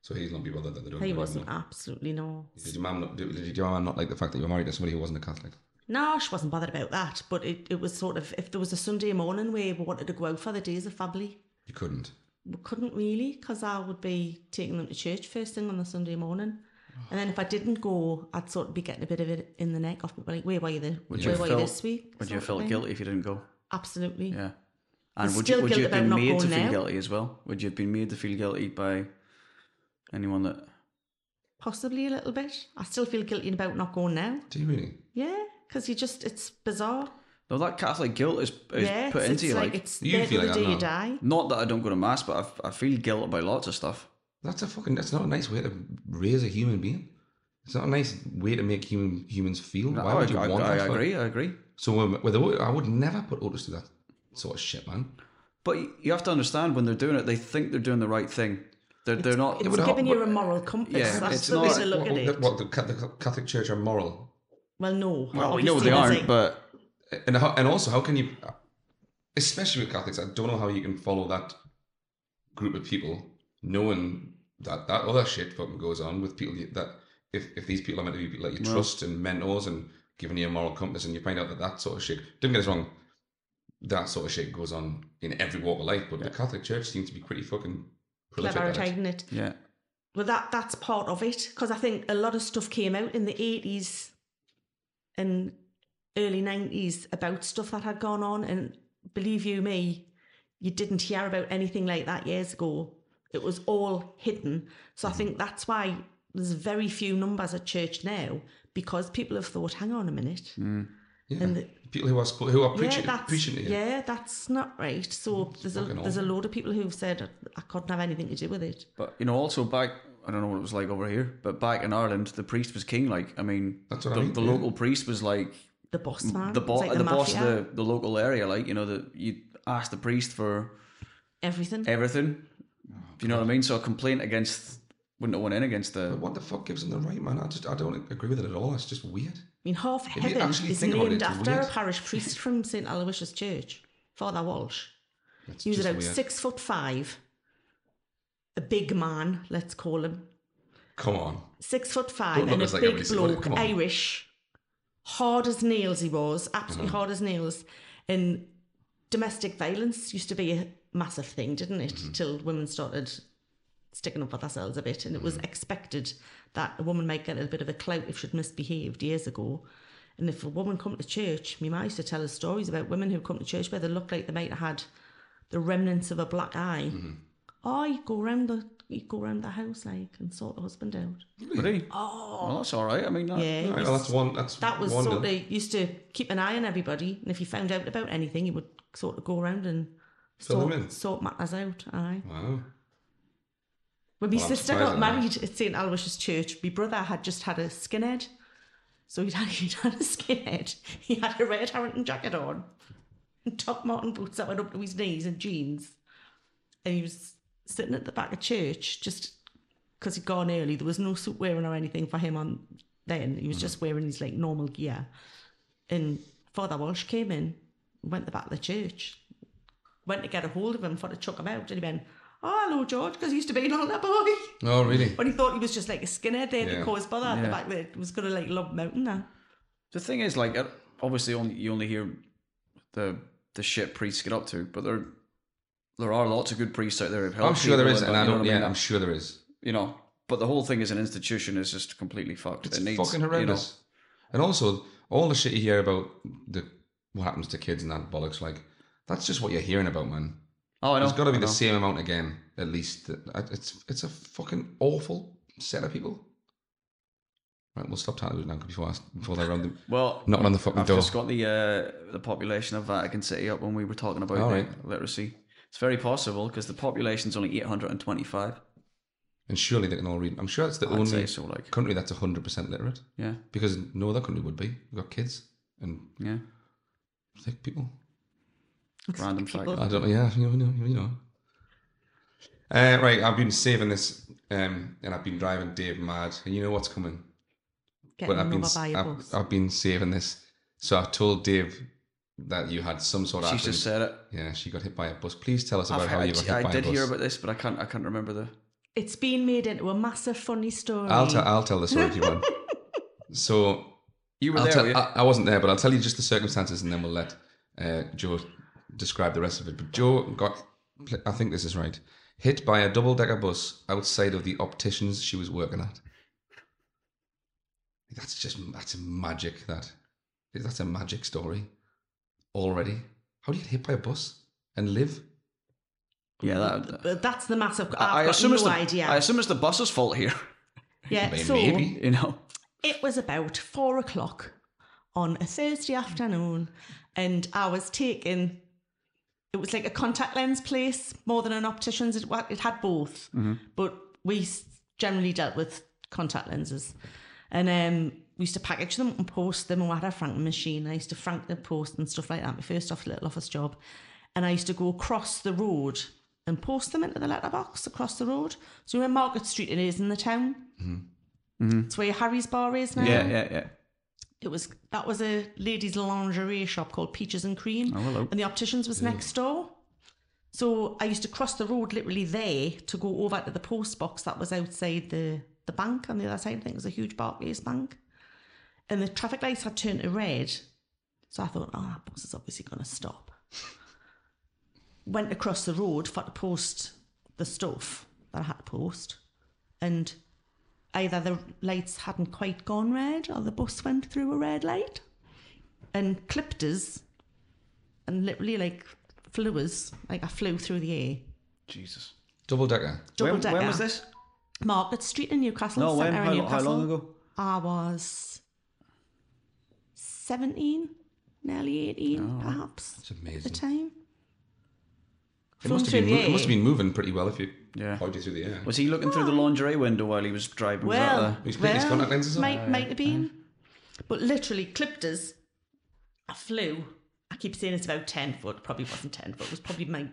[SPEAKER 1] So he's not be bothered that they don't.
[SPEAKER 3] He
[SPEAKER 1] know,
[SPEAKER 3] wasn't,
[SPEAKER 1] no?
[SPEAKER 3] absolutely no.
[SPEAKER 1] Did your mum not? Did, did your mum not like the fact that you were married to somebody who wasn't a Catholic?
[SPEAKER 3] No, she wasn't bothered about that. But it, it was sort of, if there was a Sunday morning where we wanted to go out for the days of family,
[SPEAKER 1] You couldn't.
[SPEAKER 3] we couldn't really because I would be taking them to church first thing on the Sunday morning. And then if I didn't go, I'd sort of be getting a bit of it in the neck off people like, where were you, the,
[SPEAKER 2] Would
[SPEAKER 3] where
[SPEAKER 2] you
[SPEAKER 3] were
[SPEAKER 2] felt-
[SPEAKER 3] you this week?
[SPEAKER 2] Would you
[SPEAKER 3] sort
[SPEAKER 2] have
[SPEAKER 3] of
[SPEAKER 2] felt
[SPEAKER 3] thing.
[SPEAKER 2] guilty if you didn't go?
[SPEAKER 3] Absolutely.
[SPEAKER 2] Yeah. And
[SPEAKER 3] There's
[SPEAKER 2] would you,
[SPEAKER 3] still
[SPEAKER 2] would you have
[SPEAKER 3] guilt about
[SPEAKER 2] been
[SPEAKER 3] not
[SPEAKER 2] made to
[SPEAKER 3] going
[SPEAKER 2] feel
[SPEAKER 3] out.
[SPEAKER 2] guilty as well? Would you have been made to feel guilty by anyone that?
[SPEAKER 3] Possibly a little bit. I still feel guilty about not going now.
[SPEAKER 1] Do you really?
[SPEAKER 3] Yeah, because you just, it's bizarre.
[SPEAKER 2] No, that Catholic guilt is, is
[SPEAKER 3] yeah,
[SPEAKER 2] put
[SPEAKER 3] it's,
[SPEAKER 2] into you.
[SPEAKER 3] it's
[SPEAKER 2] Like,
[SPEAKER 3] it's
[SPEAKER 1] You
[SPEAKER 3] there
[SPEAKER 1] feel
[SPEAKER 3] till
[SPEAKER 1] like
[SPEAKER 3] the
[SPEAKER 1] that
[SPEAKER 3] day you
[SPEAKER 1] now.
[SPEAKER 3] die.
[SPEAKER 2] not that I don't go to mass, but I've, I feel guilt about lots of stuff.
[SPEAKER 1] That's a fucking. That's not a nice way to raise a human being. It's not a nice way to make human humans feel. Why would
[SPEAKER 2] I,
[SPEAKER 1] you
[SPEAKER 2] I,
[SPEAKER 1] want
[SPEAKER 2] I,
[SPEAKER 1] that? for-
[SPEAKER 2] agree. I agree.
[SPEAKER 1] So um, with the, I would never put Otis to that sort of shit, man.
[SPEAKER 2] But you- you have to understand when they're doing it, they think they're doing the right thing. They're they're not.
[SPEAKER 1] would
[SPEAKER 3] It's
[SPEAKER 1] help,
[SPEAKER 3] giving you a
[SPEAKER 1] but-
[SPEAKER 3] moral compass.
[SPEAKER 2] Yeah,
[SPEAKER 3] That's
[SPEAKER 2] it's
[SPEAKER 3] the
[SPEAKER 2] not-
[SPEAKER 3] way to look
[SPEAKER 1] what,
[SPEAKER 3] at it.
[SPEAKER 1] What, the, Ca- the Catholic Church are moral,
[SPEAKER 3] Well, no.
[SPEAKER 2] well, we know
[SPEAKER 3] obviously
[SPEAKER 2] they
[SPEAKER 3] there's
[SPEAKER 2] aren't,
[SPEAKER 3] a-
[SPEAKER 2] but
[SPEAKER 1] and how, and also how can you, especially with Catholics, I don't know how you can follow that group of people knowing that that other shit fucking goes on with people you- that if if these people are meant to be people that you trust and mentors and giving you a moral compass, and you find out that that sort of shit. Don't get us wrong. That sort of shit goes on in every walk of life, but the Catholic Church seems to be pretty fucking prolific
[SPEAKER 3] clever at
[SPEAKER 1] at it.
[SPEAKER 3] hiding it.
[SPEAKER 2] yeah,
[SPEAKER 3] Well, that that's part of it because I think a lot of stuff came out in the eighties and early nineties about stuff that had gone on, and believe you me, you didn't hear about anything like that years ago. It was all hidden. So I
[SPEAKER 1] Mm-hmm.
[SPEAKER 3] think that's why there's very few numbers at church now because people have thought, hang on a minute,
[SPEAKER 1] Mm. Yeah.
[SPEAKER 3] and the-
[SPEAKER 1] people who are spo- who are preaching,
[SPEAKER 3] yeah, that's
[SPEAKER 1] preaching to you.
[SPEAKER 3] yeah, that's not right. So there's a
[SPEAKER 1] fucking
[SPEAKER 3] there's a load of people who've said I couldn't have anything to do with it.
[SPEAKER 2] but you know, also back. I don't know what it was like over here, but back in Ireland, the priest was king. Like, I mean,
[SPEAKER 1] That's what I
[SPEAKER 2] the,
[SPEAKER 1] mean,
[SPEAKER 2] the
[SPEAKER 1] yeah.
[SPEAKER 2] local priest was like
[SPEAKER 3] The boss
[SPEAKER 1] Mm,
[SPEAKER 3] man,
[SPEAKER 2] the
[SPEAKER 3] It's
[SPEAKER 2] boss,
[SPEAKER 3] like
[SPEAKER 2] the, boss of
[SPEAKER 3] mafia.
[SPEAKER 2] the, the local area. Like, you know, that you ask the priest for
[SPEAKER 3] everything.
[SPEAKER 1] Eh,
[SPEAKER 2] everything.
[SPEAKER 1] Oh,
[SPEAKER 2] Do you know what I mean? So a complaint against wouldn't have went in against the.
[SPEAKER 1] What the fuck gives them the right, man? I just I don't agree with it at all. It's just weird.
[SPEAKER 3] I mean, half
[SPEAKER 1] you
[SPEAKER 3] heaven
[SPEAKER 1] actually
[SPEAKER 3] is
[SPEAKER 1] think about it,
[SPEAKER 3] named
[SPEAKER 1] it's
[SPEAKER 3] after
[SPEAKER 1] weird.
[SPEAKER 3] a parish priest from St Aloysius Church, Father Walsh.
[SPEAKER 1] It's
[SPEAKER 3] He was
[SPEAKER 1] just
[SPEAKER 3] about
[SPEAKER 1] weird.
[SPEAKER 3] six foot five, a big man, let's call him,
[SPEAKER 1] Come on,
[SPEAKER 3] six foot five
[SPEAKER 1] Don't look
[SPEAKER 3] and a
[SPEAKER 1] as like
[SPEAKER 3] big
[SPEAKER 1] everybody's-
[SPEAKER 3] bloke,
[SPEAKER 1] come on.
[SPEAKER 3] Irish, hard as nails he was, absolutely
[SPEAKER 1] Mm-hmm.
[SPEAKER 3] hard as nails. And domestic violence used to be a massive thing, didn't it?
[SPEAKER 1] Mm-hmm.
[SPEAKER 3] Till women started sticking up for themselves a bit, and it was
[SPEAKER 1] Mm-hmm.
[SPEAKER 3] expected that a woman might get a bit of a clout if she'd misbehaved years ago. And if a woman come to church, my mum used to tell us stories about women who come to church where they looked like they might have had the remnants of a black eye.
[SPEAKER 1] Mm-hmm.
[SPEAKER 3] Oh, you go round the you go round the house like and sort the husband out.
[SPEAKER 2] Really? Oh, well, that's all right. I mean, that,
[SPEAKER 3] Yeah,
[SPEAKER 1] All
[SPEAKER 3] it
[SPEAKER 1] right,
[SPEAKER 3] was-
[SPEAKER 1] well, that's one. That's
[SPEAKER 3] that was
[SPEAKER 1] one
[SPEAKER 3] sort
[SPEAKER 1] done.
[SPEAKER 3] of used to keep an eye on everybody, and if you found out about anything, you would sort of go around and
[SPEAKER 1] Fill them in.
[SPEAKER 3] sort, sort matters out. Aye.
[SPEAKER 1] Wow.
[SPEAKER 3] When my
[SPEAKER 1] Well, I'm
[SPEAKER 3] sister
[SPEAKER 1] surprised
[SPEAKER 3] got
[SPEAKER 1] at that.
[SPEAKER 3] married at St Aloysius Church, my brother had just had a skinhead, so he'd had, he'd had a skinhead. He had a red Harrington jacket on, and top Martin boots that went up to his knees, and jeans, and he was sitting at the back of church just because he'd gone early. There was no suit wearing or anything for him on then. He was
[SPEAKER 1] Mm.
[SPEAKER 3] just wearing his like normal gear. And Father Walsh came in, went to the back of the church, went to get a hold of him for to chuck him out, and he went, Oh, hello, George, because he used to be an older boy.
[SPEAKER 1] Oh, really?
[SPEAKER 3] When he thought he was just like a skinhead there
[SPEAKER 1] Yeah.
[SPEAKER 3] to cause bother at the
[SPEAKER 2] Yeah.
[SPEAKER 3] back that was gonna like lob mountain there.
[SPEAKER 2] The thing is, like, uh, obviously, only, you only hear the the shit priests get up to, but there there are lots of good priests out there who've helped.
[SPEAKER 1] Oh, I'm sure there
[SPEAKER 2] people
[SPEAKER 1] is, and
[SPEAKER 2] done-
[SPEAKER 1] I
[SPEAKER 2] you know
[SPEAKER 1] don't.
[SPEAKER 2] what
[SPEAKER 1] Yeah,
[SPEAKER 2] mean?
[SPEAKER 1] I'm sure there is.
[SPEAKER 2] you know. But the whole thing as an institution is just completely fucked.
[SPEAKER 1] It's
[SPEAKER 2] it needs
[SPEAKER 1] fucking horrendous. And also, all the shit you hear about the what happens to kids and that bollocks, like that's just what you're hearing about, man.
[SPEAKER 2] You know. Oh, I know.
[SPEAKER 1] There's got to be
[SPEAKER 2] I
[SPEAKER 1] the
[SPEAKER 2] know.
[SPEAKER 1] same amount again, at least. It's it's a fucking awful set of people. Right, we'll stop talking about it now before I, before they round the
[SPEAKER 2] Well,
[SPEAKER 1] knocking on the fucking
[SPEAKER 2] I've
[SPEAKER 1] door.
[SPEAKER 2] just got the uh, the population of Vatican City up when we were talking about
[SPEAKER 1] All
[SPEAKER 2] the
[SPEAKER 1] right.
[SPEAKER 2] literacy. It's very possible because the population's only 825.
[SPEAKER 1] And surely they can all read. I'm sure it's the
[SPEAKER 2] I'd say
[SPEAKER 1] only
[SPEAKER 2] so. Like,
[SPEAKER 1] country that's 100 percent literate
[SPEAKER 2] yeah,
[SPEAKER 1] because no other country would be. We've got kids and
[SPEAKER 2] yeah.
[SPEAKER 1] thick people.
[SPEAKER 2] Random fact.
[SPEAKER 1] I don't know. Yeah, you know, you know. Uh, right, I've been saving this, um, and I've been driving Dave mad. And you know what's coming.
[SPEAKER 3] Getting
[SPEAKER 1] But I've been
[SPEAKER 3] over by a
[SPEAKER 1] I've,
[SPEAKER 3] bus.
[SPEAKER 1] I've been saving this. So I told Dave that you had some sort of.
[SPEAKER 2] She
[SPEAKER 1] accident.
[SPEAKER 2] just said it.
[SPEAKER 1] Yeah, she got hit by a bus. Please tell us about
[SPEAKER 2] I've
[SPEAKER 1] how you got hit
[SPEAKER 2] heard, I
[SPEAKER 1] by
[SPEAKER 2] did
[SPEAKER 1] a bus.
[SPEAKER 2] hear about this, but I can't. I can't remember the.
[SPEAKER 3] It's been made into a massive funny story.
[SPEAKER 1] I'll, tell. i I'll tell the story if you want. So
[SPEAKER 2] You were
[SPEAKER 1] I'll
[SPEAKER 2] there.
[SPEAKER 1] tell,
[SPEAKER 2] were you?
[SPEAKER 1] I, I wasn't there, but I'll tell you just the circumstances, and then we'll let uh, Joe describe the rest of it. But Joe got, I think this is right, hit by a double-decker bus outside of the opticians she was working at. That's just that's magic. That that's a magic story already. How do you get hit by a bus and live?
[SPEAKER 2] yeah, that.
[SPEAKER 3] But that's the massive. I've
[SPEAKER 2] I, I
[SPEAKER 3] got
[SPEAKER 2] assume
[SPEAKER 3] no
[SPEAKER 2] it's the.
[SPEAKER 3] idea.
[SPEAKER 2] I assume it's the bus's fault here.
[SPEAKER 3] yeah,
[SPEAKER 1] I mean,
[SPEAKER 3] so
[SPEAKER 1] maybe.
[SPEAKER 2] You know.
[SPEAKER 3] it was about four o'clock on a Thursday afternoon, and I was taking. It was like a contact lens place more than an optician's. It, wa- it had both, but we s- generally dealt with contact lenses, and um, we used to package them and post them. And we had a franking machine. I used to frank the post and stuff like that. My first off little office job, and I used to go across the road and post them into the letterbox across the road. So where Market Street it is in the town. It's where Harry's bar is now.
[SPEAKER 2] Yeah, yeah, yeah.
[SPEAKER 3] It was that was a ladies' lingerie shop called Peaches and Cream.
[SPEAKER 2] Oh, hello.
[SPEAKER 3] And the opticians was next door. So I used to cross the road literally there to go over to the post box that was outside the, the bank on the other side. I think it was a huge Barclays bank. And the traffic lights had turned to red. So I thought, oh, that bus is obviously going to stop. Went across the road for to post the stuff that I had to post. And either the lights hadn't quite gone red or the bus went through a red light and clipped us and literally like flew us like I flew through the air
[SPEAKER 2] Jesus.
[SPEAKER 1] Double-decker.
[SPEAKER 3] double
[SPEAKER 2] when,
[SPEAKER 3] decker
[SPEAKER 2] when was this?
[SPEAKER 3] Market Street in Newcastle
[SPEAKER 2] No, when?
[SPEAKER 3] Centre in
[SPEAKER 2] How, how
[SPEAKER 3] Newcastle
[SPEAKER 2] long ago?
[SPEAKER 3] I was 17 nearly 18
[SPEAKER 2] Oh.
[SPEAKER 3] perhaps
[SPEAKER 1] It's
[SPEAKER 3] at the
[SPEAKER 1] amazing.
[SPEAKER 3] time
[SPEAKER 1] It must, have
[SPEAKER 3] Flown
[SPEAKER 1] been,
[SPEAKER 3] through
[SPEAKER 1] mo-
[SPEAKER 3] the
[SPEAKER 1] it must have
[SPEAKER 3] air.
[SPEAKER 1] been moving pretty well if you
[SPEAKER 2] Yeah.
[SPEAKER 1] ploughed it through the air.
[SPEAKER 2] Was he looking through the lingerie window while he was driving? Was that
[SPEAKER 3] Well,
[SPEAKER 2] the-
[SPEAKER 1] He's putting his
[SPEAKER 3] well
[SPEAKER 1] contact lenses on.
[SPEAKER 3] might, might have been. But literally clipped us. I flew. I keep saying it's about 10 foot. Probably wasn't 10 foot. It was probably my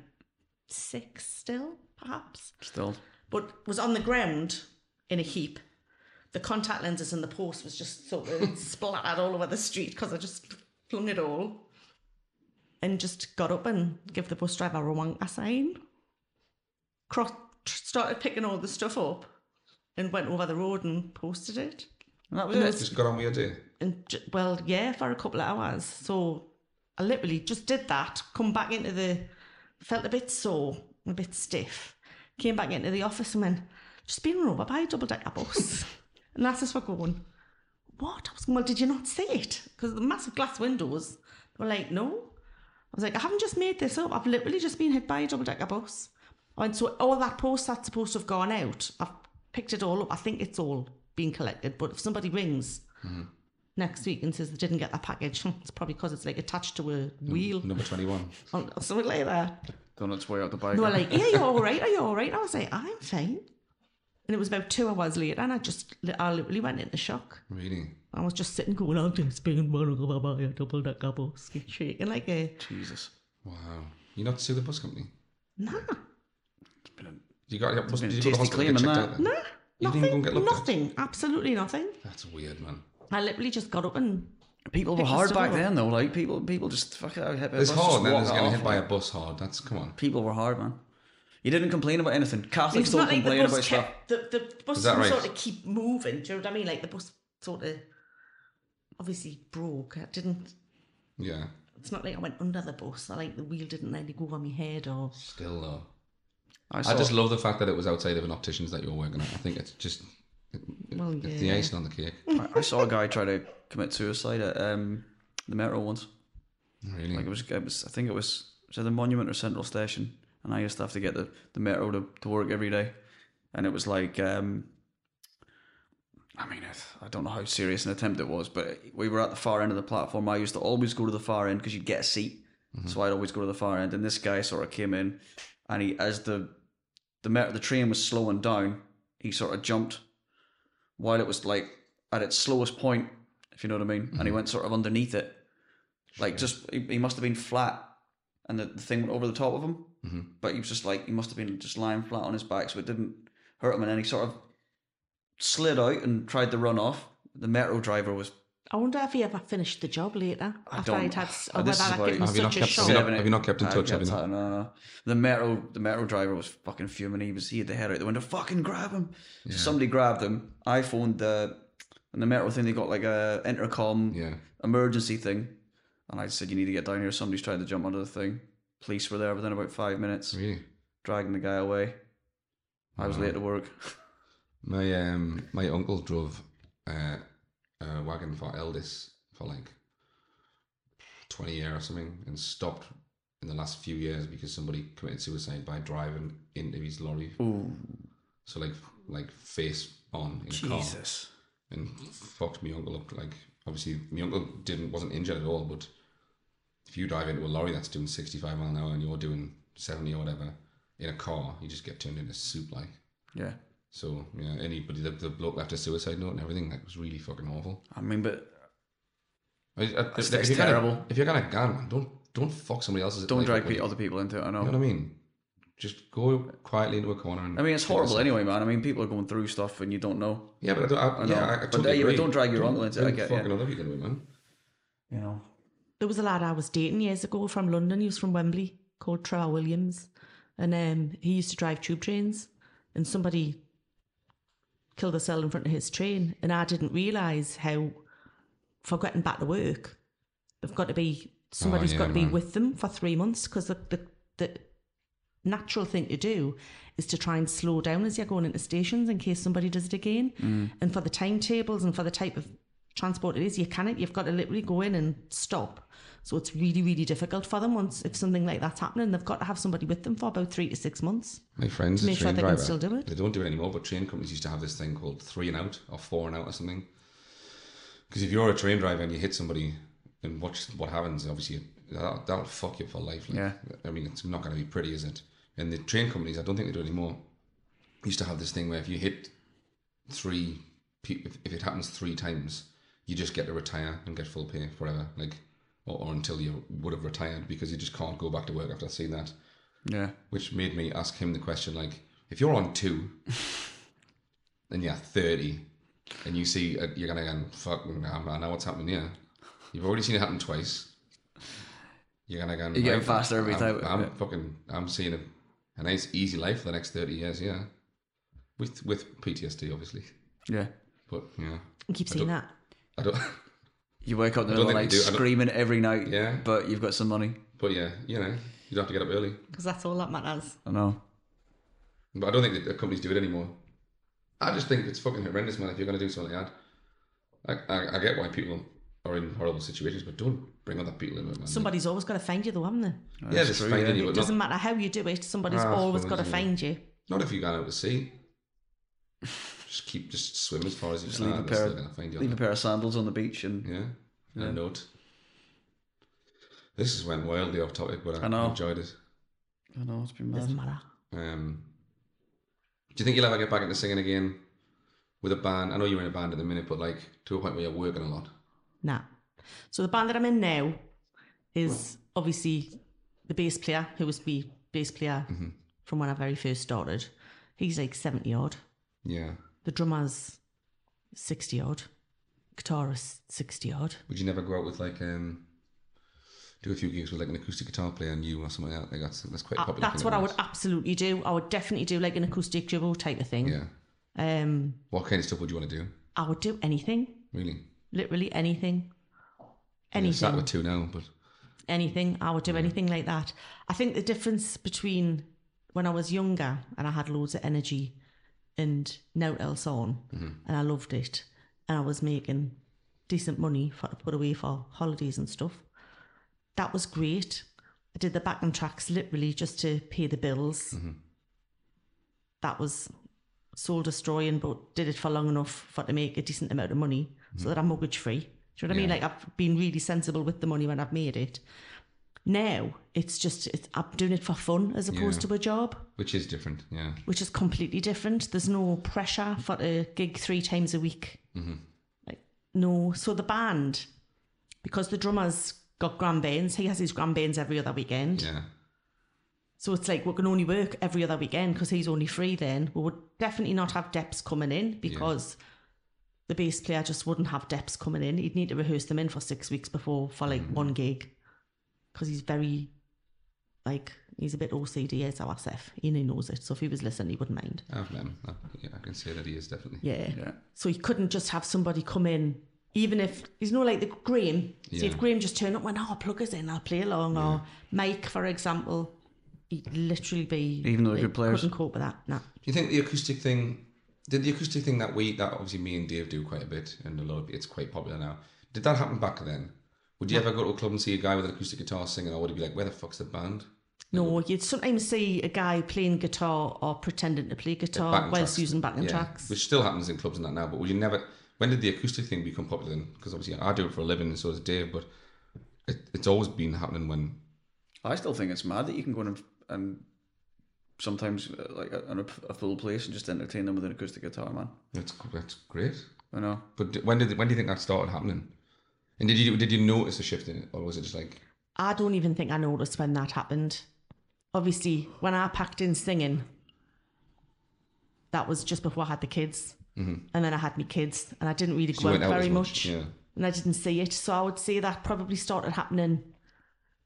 [SPEAKER 3] six still, perhaps.
[SPEAKER 2] Still.
[SPEAKER 3] But was on the ground in a heap. The contact lenses and the post was just sort of splattered all over the street because I just flung it all. And just got up and give the bus driver a wanker sign. Cross, started picking all the stuff up and went over the road and posted it.
[SPEAKER 2] And that was
[SPEAKER 3] No,
[SPEAKER 2] it.
[SPEAKER 1] Just got on with your day.
[SPEAKER 3] And j- well, yeah, for a couple of hours. So I literally just did that. Come back into the, felt a bit sore, a bit stiff. Came back into the office and went, just been run over by a double decker bus. and that's just what going. What? I was going, well, did you not see it? Because the massive glass windows were like, no. I was like, I haven't just made this up. I've literally just been hit by a double decker bus. And so all that post that's supposed to have gone out, I've picked it all up. I think it's all been collected. But if somebody rings next week and says they didn't get that package, it's probably because it's like attached to a wheel
[SPEAKER 1] Number 21.
[SPEAKER 3] or or something like that.
[SPEAKER 2] Done its way out the bike.
[SPEAKER 3] They were like, "Yeah, you're all right. Are you all right?" And I was like, "I'm fine." And it was about two hours later, and I just I literally went into shock.
[SPEAKER 1] Really?
[SPEAKER 3] I was just sitting going, "I'm just being one of a by a double decker bus," shaking like uh, a
[SPEAKER 2] Jesus.
[SPEAKER 1] Wow. You not sue the bus company?
[SPEAKER 3] nah.
[SPEAKER 2] It's been a-
[SPEAKER 1] You got, was,
[SPEAKER 2] been
[SPEAKER 1] did you go to
[SPEAKER 2] tasty
[SPEAKER 1] hospital and
[SPEAKER 2] claim
[SPEAKER 1] get
[SPEAKER 2] on
[SPEAKER 1] checked
[SPEAKER 2] that.
[SPEAKER 1] out then?
[SPEAKER 3] Nah,
[SPEAKER 1] You didn't even
[SPEAKER 3] Nothing.
[SPEAKER 1] go and get looked
[SPEAKER 3] nothing. Absolutely nothing.
[SPEAKER 1] at. That's weird, man.
[SPEAKER 3] I literally just got up and
[SPEAKER 2] People were
[SPEAKER 3] Pick
[SPEAKER 2] hard
[SPEAKER 3] the
[SPEAKER 2] back
[SPEAKER 3] store.
[SPEAKER 2] then, though. Like people, people just fuck it. I hit by a
[SPEAKER 1] It's
[SPEAKER 2] bus,
[SPEAKER 1] hard,
[SPEAKER 2] just
[SPEAKER 1] man.
[SPEAKER 2] walk
[SPEAKER 1] It's
[SPEAKER 2] it
[SPEAKER 1] getting
[SPEAKER 2] off,
[SPEAKER 1] hit by a
[SPEAKER 2] like.
[SPEAKER 1] bus hard. That's come on.
[SPEAKER 2] People were hard, man. You didn't complain about anything. Catholics
[SPEAKER 3] it's
[SPEAKER 2] don't
[SPEAKER 3] not like the
[SPEAKER 2] complain about
[SPEAKER 3] bus
[SPEAKER 2] stuff.
[SPEAKER 3] kept the, the bus
[SPEAKER 1] Is that right?
[SPEAKER 3] sort of keep moving. Do you know what I mean? Like the bus sort of obviously broke. I didn't.
[SPEAKER 1] Yeah.
[SPEAKER 3] It's not like I went under the bus. I like the wheel didn't let it go on my head or
[SPEAKER 1] Still though.
[SPEAKER 2] I,
[SPEAKER 1] I
[SPEAKER 2] saw-
[SPEAKER 1] just love the fact that it was outside of an optician's that you were working at. I think it's just
[SPEAKER 3] well
[SPEAKER 1] it's
[SPEAKER 3] yeah.
[SPEAKER 1] the icing on the cake.
[SPEAKER 2] I- I saw a guy try to commit suicide at um, the metro once.
[SPEAKER 1] Really.
[SPEAKER 2] Like it was, it was, I think it was, it was either Monument or Central Station, and I used to have to get the, the metro to, to work every day, and it was like, um, I mean, I- I don't know how serious an attempt it was, but we were at the far end of the platform. I used to always go to the far end because you'd get a seat, so I'd always go to the far end. And this guy sort of came in, and he as the the metro, the train was slowing down, he sort of jumped while it was like at its slowest point, if you know what I mean, and he went sort of underneath it like just he, he must have been flat and the, the thing went over the top of him
[SPEAKER 1] Mhm.
[SPEAKER 2] but he was just like he must have been just lying flat on his back so it didn't hurt him and then he sort of slid out and tried to run off the metro driver was
[SPEAKER 3] I wonder if he ever finished the job later
[SPEAKER 2] I
[SPEAKER 3] after
[SPEAKER 2] don't-
[SPEAKER 3] I'd had s-
[SPEAKER 2] Oh,
[SPEAKER 1] Uh,
[SPEAKER 3] or
[SPEAKER 2] this
[SPEAKER 3] whether
[SPEAKER 2] is
[SPEAKER 3] I'd
[SPEAKER 2] why-
[SPEAKER 3] given
[SPEAKER 1] Have you not
[SPEAKER 3] such a
[SPEAKER 1] kept- have
[SPEAKER 3] shock.
[SPEAKER 1] you not-
[SPEAKER 2] Seven, eight-
[SPEAKER 1] have you not kept in
[SPEAKER 2] I
[SPEAKER 1] touch? Have you
[SPEAKER 2] kept
[SPEAKER 1] not?
[SPEAKER 2] in- No, no, no. The metro, the metro driver was fucking fuming. He was he had the head out the window. Fucking grab him! So somebody grabbed him. I phoned the and the metro thing. They got like a intercom
[SPEAKER 1] Yeah.
[SPEAKER 2] emergency thing, and I said you need to get down here. Somebody's trying to jump under the thing. Police were there within about five minutes,
[SPEAKER 1] Really.
[SPEAKER 2] dragging the guy away. I was late to work.
[SPEAKER 1] My um my uncle drove uh, a wagon for Eldis for like twenty years or something, and stopped in the last few years because somebody committed suicide by driving into his lorry.
[SPEAKER 2] Ooh,
[SPEAKER 1] So like like face on in a car
[SPEAKER 2] Jesus!
[SPEAKER 1] and fucked my uncle up. Like obviously my uncle didn't wasn't injured at all, but if you drive into a lorry that's doing sixty five mile an hour and you're doing seventy or whatever in a car, you just get turned into soup like.
[SPEAKER 2] Yeah,
[SPEAKER 1] So yeah, anybody the, the bloke left a suicide note and everything that was really fucking awful.
[SPEAKER 2] I mean, but
[SPEAKER 1] I, I,
[SPEAKER 2] That's-
[SPEAKER 1] if,
[SPEAKER 2] that's
[SPEAKER 1] you're gonna-
[SPEAKER 2] terrible.
[SPEAKER 1] if you're gonna gun, man, don't don't fuck somebody else's.
[SPEAKER 2] don't
[SPEAKER 1] life
[SPEAKER 2] drag
[SPEAKER 1] up with
[SPEAKER 2] pe-
[SPEAKER 1] it.
[SPEAKER 2] other people into it. I know.
[SPEAKER 1] You know what I mean? Just go quietly into a corner. And
[SPEAKER 2] I mean, it's
[SPEAKER 1] kill
[SPEAKER 2] horrible
[SPEAKER 1] yourself.
[SPEAKER 2] anyway, man. I mean, people are going through stuff and you don't know.
[SPEAKER 1] Yeah, but I don't. I,
[SPEAKER 2] know.
[SPEAKER 1] yeah, I, I
[SPEAKER 2] But
[SPEAKER 1] totally
[SPEAKER 2] there you-
[SPEAKER 1] agree.
[SPEAKER 2] don't drag your uncle into it, I
[SPEAKER 1] bring
[SPEAKER 2] get-
[SPEAKER 1] fucking
[SPEAKER 2] yeah.
[SPEAKER 1] other people into it, man.
[SPEAKER 2] You know,
[SPEAKER 3] there was a lad I was dating years ago from London. He was from Wembley, called Trevor Williams, and um, he used to drive tube trains. And somebody killed herself in front of his train, and I didn't realise how, for getting back to work, they've got to be somebody's
[SPEAKER 1] Oh, yeah,
[SPEAKER 3] got to be
[SPEAKER 1] man.
[SPEAKER 3] with them for three months because the, the the natural thing to do is to try and slow down as you're going into stations in case somebody does it again.
[SPEAKER 1] Mm.
[SPEAKER 3] And for the timetables and for the type of transport it is, you cannot. You've got to literally go in and stop. So it's really, really difficult for them once if something like that's happening. They've got to have somebody with them for about three to six months.
[SPEAKER 1] My friends, a
[SPEAKER 3] Make sure
[SPEAKER 1] train
[SPEAKER 3] they can
[SPEAKER 1] driver,
[SPEAKER 3] still do it.
[SPEAKER 1] They don't do it anymore, but train companies used to have this thing called three and out or four and out or something. Because if you're a train driver and you hit somebody and watch what happens, obviously that'll, that'll fuck you for life. Like,
[SPEAKER 2] Yeah.
[SPEAKER 1] I mean, it's not going to be pretty, is it? And the train companies, I don't think they do it anymore. Used to have this thing where if you hit three, pe- if, if it happens three times, you just get to retire and get full pay forever, like, or, or until you would have retired because you just can't go back to work after seeing that
[SPEAKER 2] yeah.
[SPEAKER 1] which made me ask him the question like if you're on two and you're 30 and you see uh, you're gonna go fucking I I know what's happening here you've already seen it happen twice you're gonna go
[SPEAKER 2] You're getting faster every
[SPEAKER 1] I'm,
[SPEAKER 2] time.
[SPEAKER 1] I'm
[SPEAKER 2] Yeah.
[SPEAKER 1] fucking I'm seeing a, a nice easy life for the next 30 years yeah with with PTSD obviously
[SPEAKER 2] Yeah.
[SPEAKER 1] but yeah
[SPEAKER 3] I keep saying that.
[SPEAKER 1] I don't
[SPEAKER 2] You wake up in the
[SPEAKER 1] I don't
[SPEAKER 2] middle of the
[SPEAKER 1] think
[SPEAKER 2] night
[SPEAKER 1] they do. I don't-
[SPEAKER 2] screaming every night,
[SPEAKER 1] Yeah.
[SPEAKER 2] but you've got some money.
[SPEAKER 1] but yeah you know you'd have to get up early
[SPEAKER 3] Because that's all that matters.
[SPEAKER 2] I know.
[SPEAKER 1] But I don't think that the companies do it anymore. I just think it's fucking horrendous, man. If you're going to do something like that, I, I, I get why people are in horrible situations, but don't bring other people into it, man.
[SPEAKER 3] Somebody's always got to find you, though, haven't they?
[SPEAKER 1] yeah, just
[SPEAKER 2] true,
[SPEAKER 1] finding
[SPEAKER 2] yeah.
[SPEAKER 1] you,
[SPEAKER 3] It
[SPEAKER 1] but
[SPEAKER 3] doesn't
[SPEAKER 1] not,
[SPEAKER 3] matter how you do it. Somebody's
[SPEAKER 1] Ah,
[SPEAKER 3] always
[SPEAKER 1] fuck,
[SPEAKER 3] got to
[SPEAKER 1] yeah.
[SPEAKER 3] find you.
[SPEAKER 1] not if you've gone out to sea. just keep just swim as far as you
[SPEAKER 2] Just
[SPEAKER 1] can.
[SPEAKER 2] leave a
[SPEAKER 1] they're
[SPEAKER 2] pair
[SPEAKER 1] still
[SPEAKER 2] of-
[SPEAKER 1] gonna find you.
[SPEAKER 2] Leave a pair of sandals on the beach and
[SPEAKER 1] yeah, and a note. This is went wildly off topic, but I,
[SPEAKER 2] I know.
[SPEAKER 1] enjoyed it.
[SPEAKER 2] I know it's been
[SPEAKER 3] Doesn't
[SPEAKER 2] mad.
[SPEAKER 3] matter.
[SPEAKER 1] Um, do you think you'll ever get back into singing again with a band? I know you're in a band at the minute, but like to a point where you're working a lot.
[SPEAKER 3] Nah. So the band that I'm in now is obviously the bass player, who was my bass player from when I very first started. He's like 70 odd.
[SPEAKER 1] Yeah.
[SPEAKER 3] The drummer's 60 odd, guitarist 60 odd.
[SPEAKER 1] Would you never go out with like um, do a few gigs with like an acoustic guitar player and you or something like that? Like that's that's quite a
[SPEAKER 3] Uh,
[SPEAKER 1] popular.
[SPEAKER 3] that's
[SPEAKER 1] thing
[SPEAKER 3] what
[SPEAKER 1] at
[SPEAKER 3] I
[SPEAKER 1] the
[SPEAKER 3] would
[SPEAKER 1] minute.
[SPEAKER 3] absolutely do. I would definitely do like an acoustic duo type of thing.
[SPEAKER 1] Yeah.
[SPEAKER 3] Um,
[SPEAKER 1] What kind of stuff would you want to do?
[SPEAKER 3] I would do anything,
[SPEAKER 1] Really?
[SPEAKER 3] literally anything.
[SPEAKER 1] I sat
[SPEAKER 3] Anything.
[SPEAKER 1] with two now, but
[SPEAKER 3] anything. I would do anything like that. I think the difference between when I was younger and I had loads of energy and now else on
[SPEAKER 1] Mm-hmm.
[SPEAKER 3] and I loved it and I was making decent money for to put away for holidays and stuff. That was great. I did the backing tracks literally just to pay the bills.
[SPEAKER 1] Mm-hmm.
[SPEAKER 3] That was soul destroying, but did it for long enough for to make a decent amount of money so that I'm mortgage free. Do you know what I mean?
[SPEAKER 1] Mm-hmm. Yeah.
[SPEAKER 3] Like I've been really sensible with the money when I've made it. Now it's just it's, I'm doing it for fun as opposed
[SPEAKER 1] Yeah.
[SPEAKER 3] to a job,
[SPEAKER 1] which is different. Yeah.
[SPEAKER 3] which is completely different. There's no pressure for a gig three times a week. Like no, so the band because the drummer's got grand bands. He has his grand bands every other weekend.
[SPEAKER 1] Yeah.
[SPEAKER 3] So it's like we can only work every other weekend because he's only free then. We would definitely not have depths coming in because the bass player just wouldn't have depths coming in. He'd need to rehearse them in for six weeks before for like one gig because he's very, like, he's a bit OCD as OSF and he knows it. So if he was listening, he wouldn't mind.
[SPEAKER 1] I've met him. I- yeah, I can say that he is definitely.
[SPEAKER 3] Yeah.
[SPEAKER 2] Yeah.
[SPEAKER 3] So he couldn't just have somebody come in, even if he's not like the Graham. See,
[SPEAKER 1] Yeah.
[SPEAKER 3] if Graham just turned up, went, "Oh, plug us in, I'll play along," or Mike, for example, he'd literally be
[SPEAKER 2] Even though they're good players?
[SPEAKER 3] couldn't cope with that. Nah.
[SPEAKER 1] Do you think the acoustic thing? Did the acoustic thing that we that obviously me and Dave do quite a bit, and a lot of it's quite popular now. Did that happen back then? Would you ever go to a club and see a guy with an acoustic guitar singing, or would you be like, "Where the fuck's the band?"
[SPEAKER 3] No, you'd sometimes see a guy playing guitar or pretending to play guitar
[SPEAKER 1] Backing
[SPEAKER 3] while
[SPEAKER 1] tracks.
[SPEAKER 3] using backing
[SPEAKER 1] Yeah,
[SPEAKER 3] tracks.
[SPEAKER 1] which still happens in clubs and that now. But would you never? When did the acoustic thing become popular? Then? Because obviously I do it for a living, and so does Dave. But it, it's always been happening when
[SPEAKER 2] I still think it's mad that you can go in and, and sometimes uh, like on a, a full place and just entertain them with an acoustic guitar, man.
[SPEAKER 1] that's that's great.
[SPEAKER 2] I know.
[SPEAKER 1] But d- when did when do you think that started happening? And did you did you notice a shift in it, or was it just like
[SPEAKER 3] I don't even think I noticed when that happened. Obviously, when I packed in singing, that was just before I had the kids. Mm-hmm. And then I had my kids, and I didn't really
[SPEAKER 1] you
[SPEAKER 3] go out very
[SPEAKER 1] as
[SPEAKER 3] much.
[SPEAKER 1] Yeah,
[SPEAKER 3] and I didn't see it. So I would say that probably started happening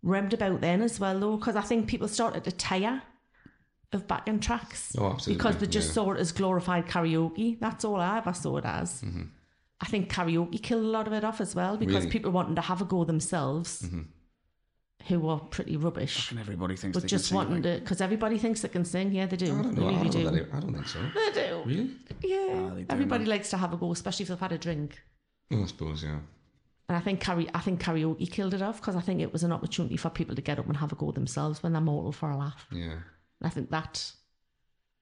[SPEAKER 3] round about then as well, though, because I think people started to tire of backing tracks.
[SPEAKER 1] Oh, absolutely,
[SPEAKER 3] Because they just
[SPEAKER 1] yeah.
[SPEAKER 3] saw it as glorified karaoke. That's all I ever saw it as. I think karaoke killed a lot of it off as well because
[SPEAKER 1] Mm-hmm. Really? Mm-hmm.
[SPEAKER 3] people wanting to have a go themselves, who are pretty rubbish,
[SPEAKER 2] And everybody thinks
[SPEAKER 3] but
[SPEAKER 2] they can
[SPEAKER 3] just
[SPEAKER 2] sing,
[SPEAKER 3] wanting
[SPEAKER 2] like-
[SPEAKER 3] to, because everybody thinks they can sing. Yeah, they do.
[SPEAKER 1] I don't
[SPEAKER 3] They
[SPEAKER 1] know. I
[SPEAKER 3] really
[SPEAKER 1] don't, know
[SPEAKER 3] do.
[SPEAKER 1] that it- I don't think so.
[SPEAKER 3] They do.
[SPEAKER 1] Really?
[SPEAKER 3] Yeah.
[SPEAKER 2] Ah, they do,
[SPEAKER 3] everybody
[SPEAKER 2] man.
[SPEAKER 3] likes to have a go, especially if they've had a drink.
[SPEAKER 1] Oh, I suppose yeah.
[SPEAKER 3] And I think karaoke, I think karaoke killed it off because I think it was an opportunity for people to get up and have a go themselves when they're mortal for a laugh.
[SPEAKER 1] Yeah.
[SPEAKER 3] And I think that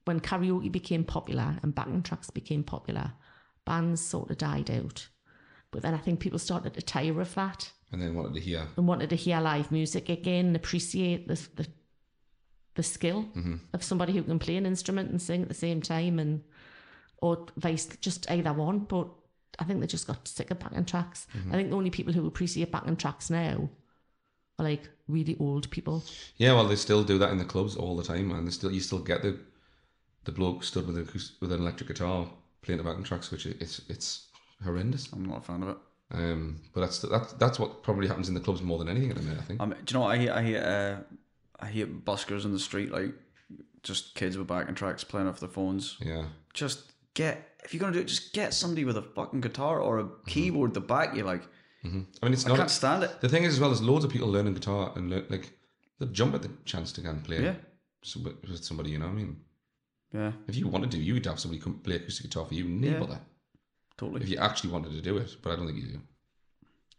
[SPEAKER 3] when karaoke became popular and backing tracks became popular, bands sort of died out. But then I think people started to tire of that
[SPEAKER 1] And then wanted to hear.
[SPEAKER 3] and wanted to hear live music again and appreciate the the, the skill of somebody who can play an instrument and sing at the same time and or vice just either one but I think they just got sick of backing tracks. I think the only people who appreciate backing tracks now are like really old people.
[SPEAKER 1] Yeah, well, they still do that in the clubs all the time, and they still you still get the the bloke stood with, an acoust- with an electric guitar playing the backing tracks, which i- it's it's horrendous.
[SPEAKER 2] I'm not a fan of it.
[SPEAKER 1] Um, but that's that's that's what probably happens in the clubs more than anything at the minute. I think.
[SPEAKER 2] I mean, Um, do you know what I hate? I hate, uh, I hate buskers in the street, like just kids with backing tracks playing off their phones.
[SPEAKER 1] yeah.
[SPEAKER 2] Just get if you're gonna do it, just get somebody with a fucking guitar or a keyboard to back you. Like
[SPEAKER 1] I mean, it's
[SPEAKER 2] I
[SPEAKER 1] not.
[SPEAKER 2] can't stand it.
[SPEAKER 1] The thing is, as well, there's loads of people learning guitar and learn, like they jump at the chance to go and play
[SPEAKER 2] Yeah.
[SPEAKER 1] some- with somebody. You know what I mean?
[SPEAKER 2] Yeah,
[SPEAKER 1] If you wanted to, you would have somebody come play acoustic guitar for you. No
[SPEAKER 2] Yeah.
[SPEAKER 1] bother. If
[SPEAKER 2] totally.
[SPEAKER 1] you actually wanted to do it, but I don't think you do.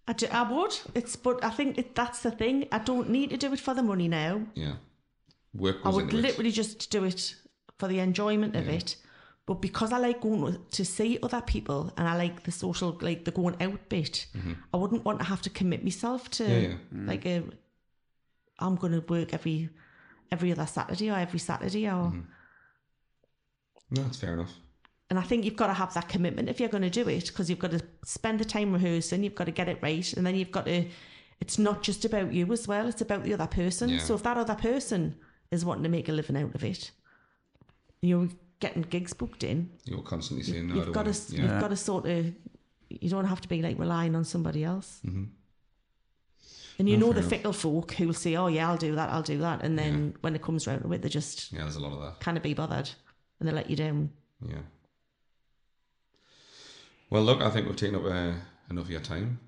[SPEAKER 3] I, do, I would. It's but I think it, that's the thing. I don't need to do it for the money now.
[SPEAKER 1] Yeah. Work
[SPEAKER 3] I
[SPEAKER 1] goes
[SPEAKER 3] would
[SPEAKER 1] into it.
[SPEAKER 3] literally just do it for the enjoyment of it. But because I like going to see other people and I like the social, like the going out bit, I wouldn't want to have to commit myself to
[SPEAKER 1] Mm-hmm. Yeah, yeah.
[SPEAKER 3] like a. I'm going to work every every other Saturday or every Saturday or.
[SPEAKER 1] Mm-hmm. No, that's fair enough.
[SPEAKER 3] And I think you've got to have that commitment if you're going to do it because you've got to spend the time rehearsing, you've got to get it right, and then you've got to. It's not just about you as well; it's about the other person.
[SPEAKER 1] Yeah.
[SPEAKER 3] So if that other person is wanting to make a living out of it, you getting gigs booked in,
[SPEAKER 1] You're constantly
[SPEAKER 3] you-
[SPEAKER 1] saying no. I
[SPEAKER 3] you've
[SPEAKER 1] don't
[SPEAKER 3] got to
[SPEAKER 1] wanna-
[SPEAKER 3] s
[SPEAKER 1] yeah.
[SPEAKER 3] you've got to sort of you don't have to be like relying on somebody else. And you
[SPEAKER 1] Mm-hmm. No, fair
[SPEAKER 3] know the
[SPEAKER 1] enough.
[SPEAKER 3] fickle folk who will say, "Oh yeah, I'll do that, I'll do that," and then when it comes round to it, they just
[SPEAKER 1] yeah, there's a lot of that.
[SPEAKER 3] can't be bothered and they let you down.
[SPEAKER 1] Yeah. Well, look, I think we've taken up uh, enough of your time.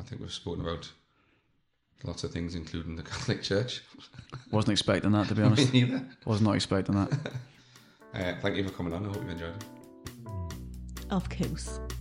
[SPEAKER 1] I think we've spoken about lots of things, including the Catholic Church.
[SPEAKER 2] Wasn't expecting that, to be
[SPEAKER 1] Me
[SPEAKER 2] honest.
[SPEAKER 1] neither.
[SPEAKER 2] Was not expecting that.
[SPEAKER 1] Uh, thank you for coming on. I hope you enjoyed it.
[SPEAKER 3] Of course.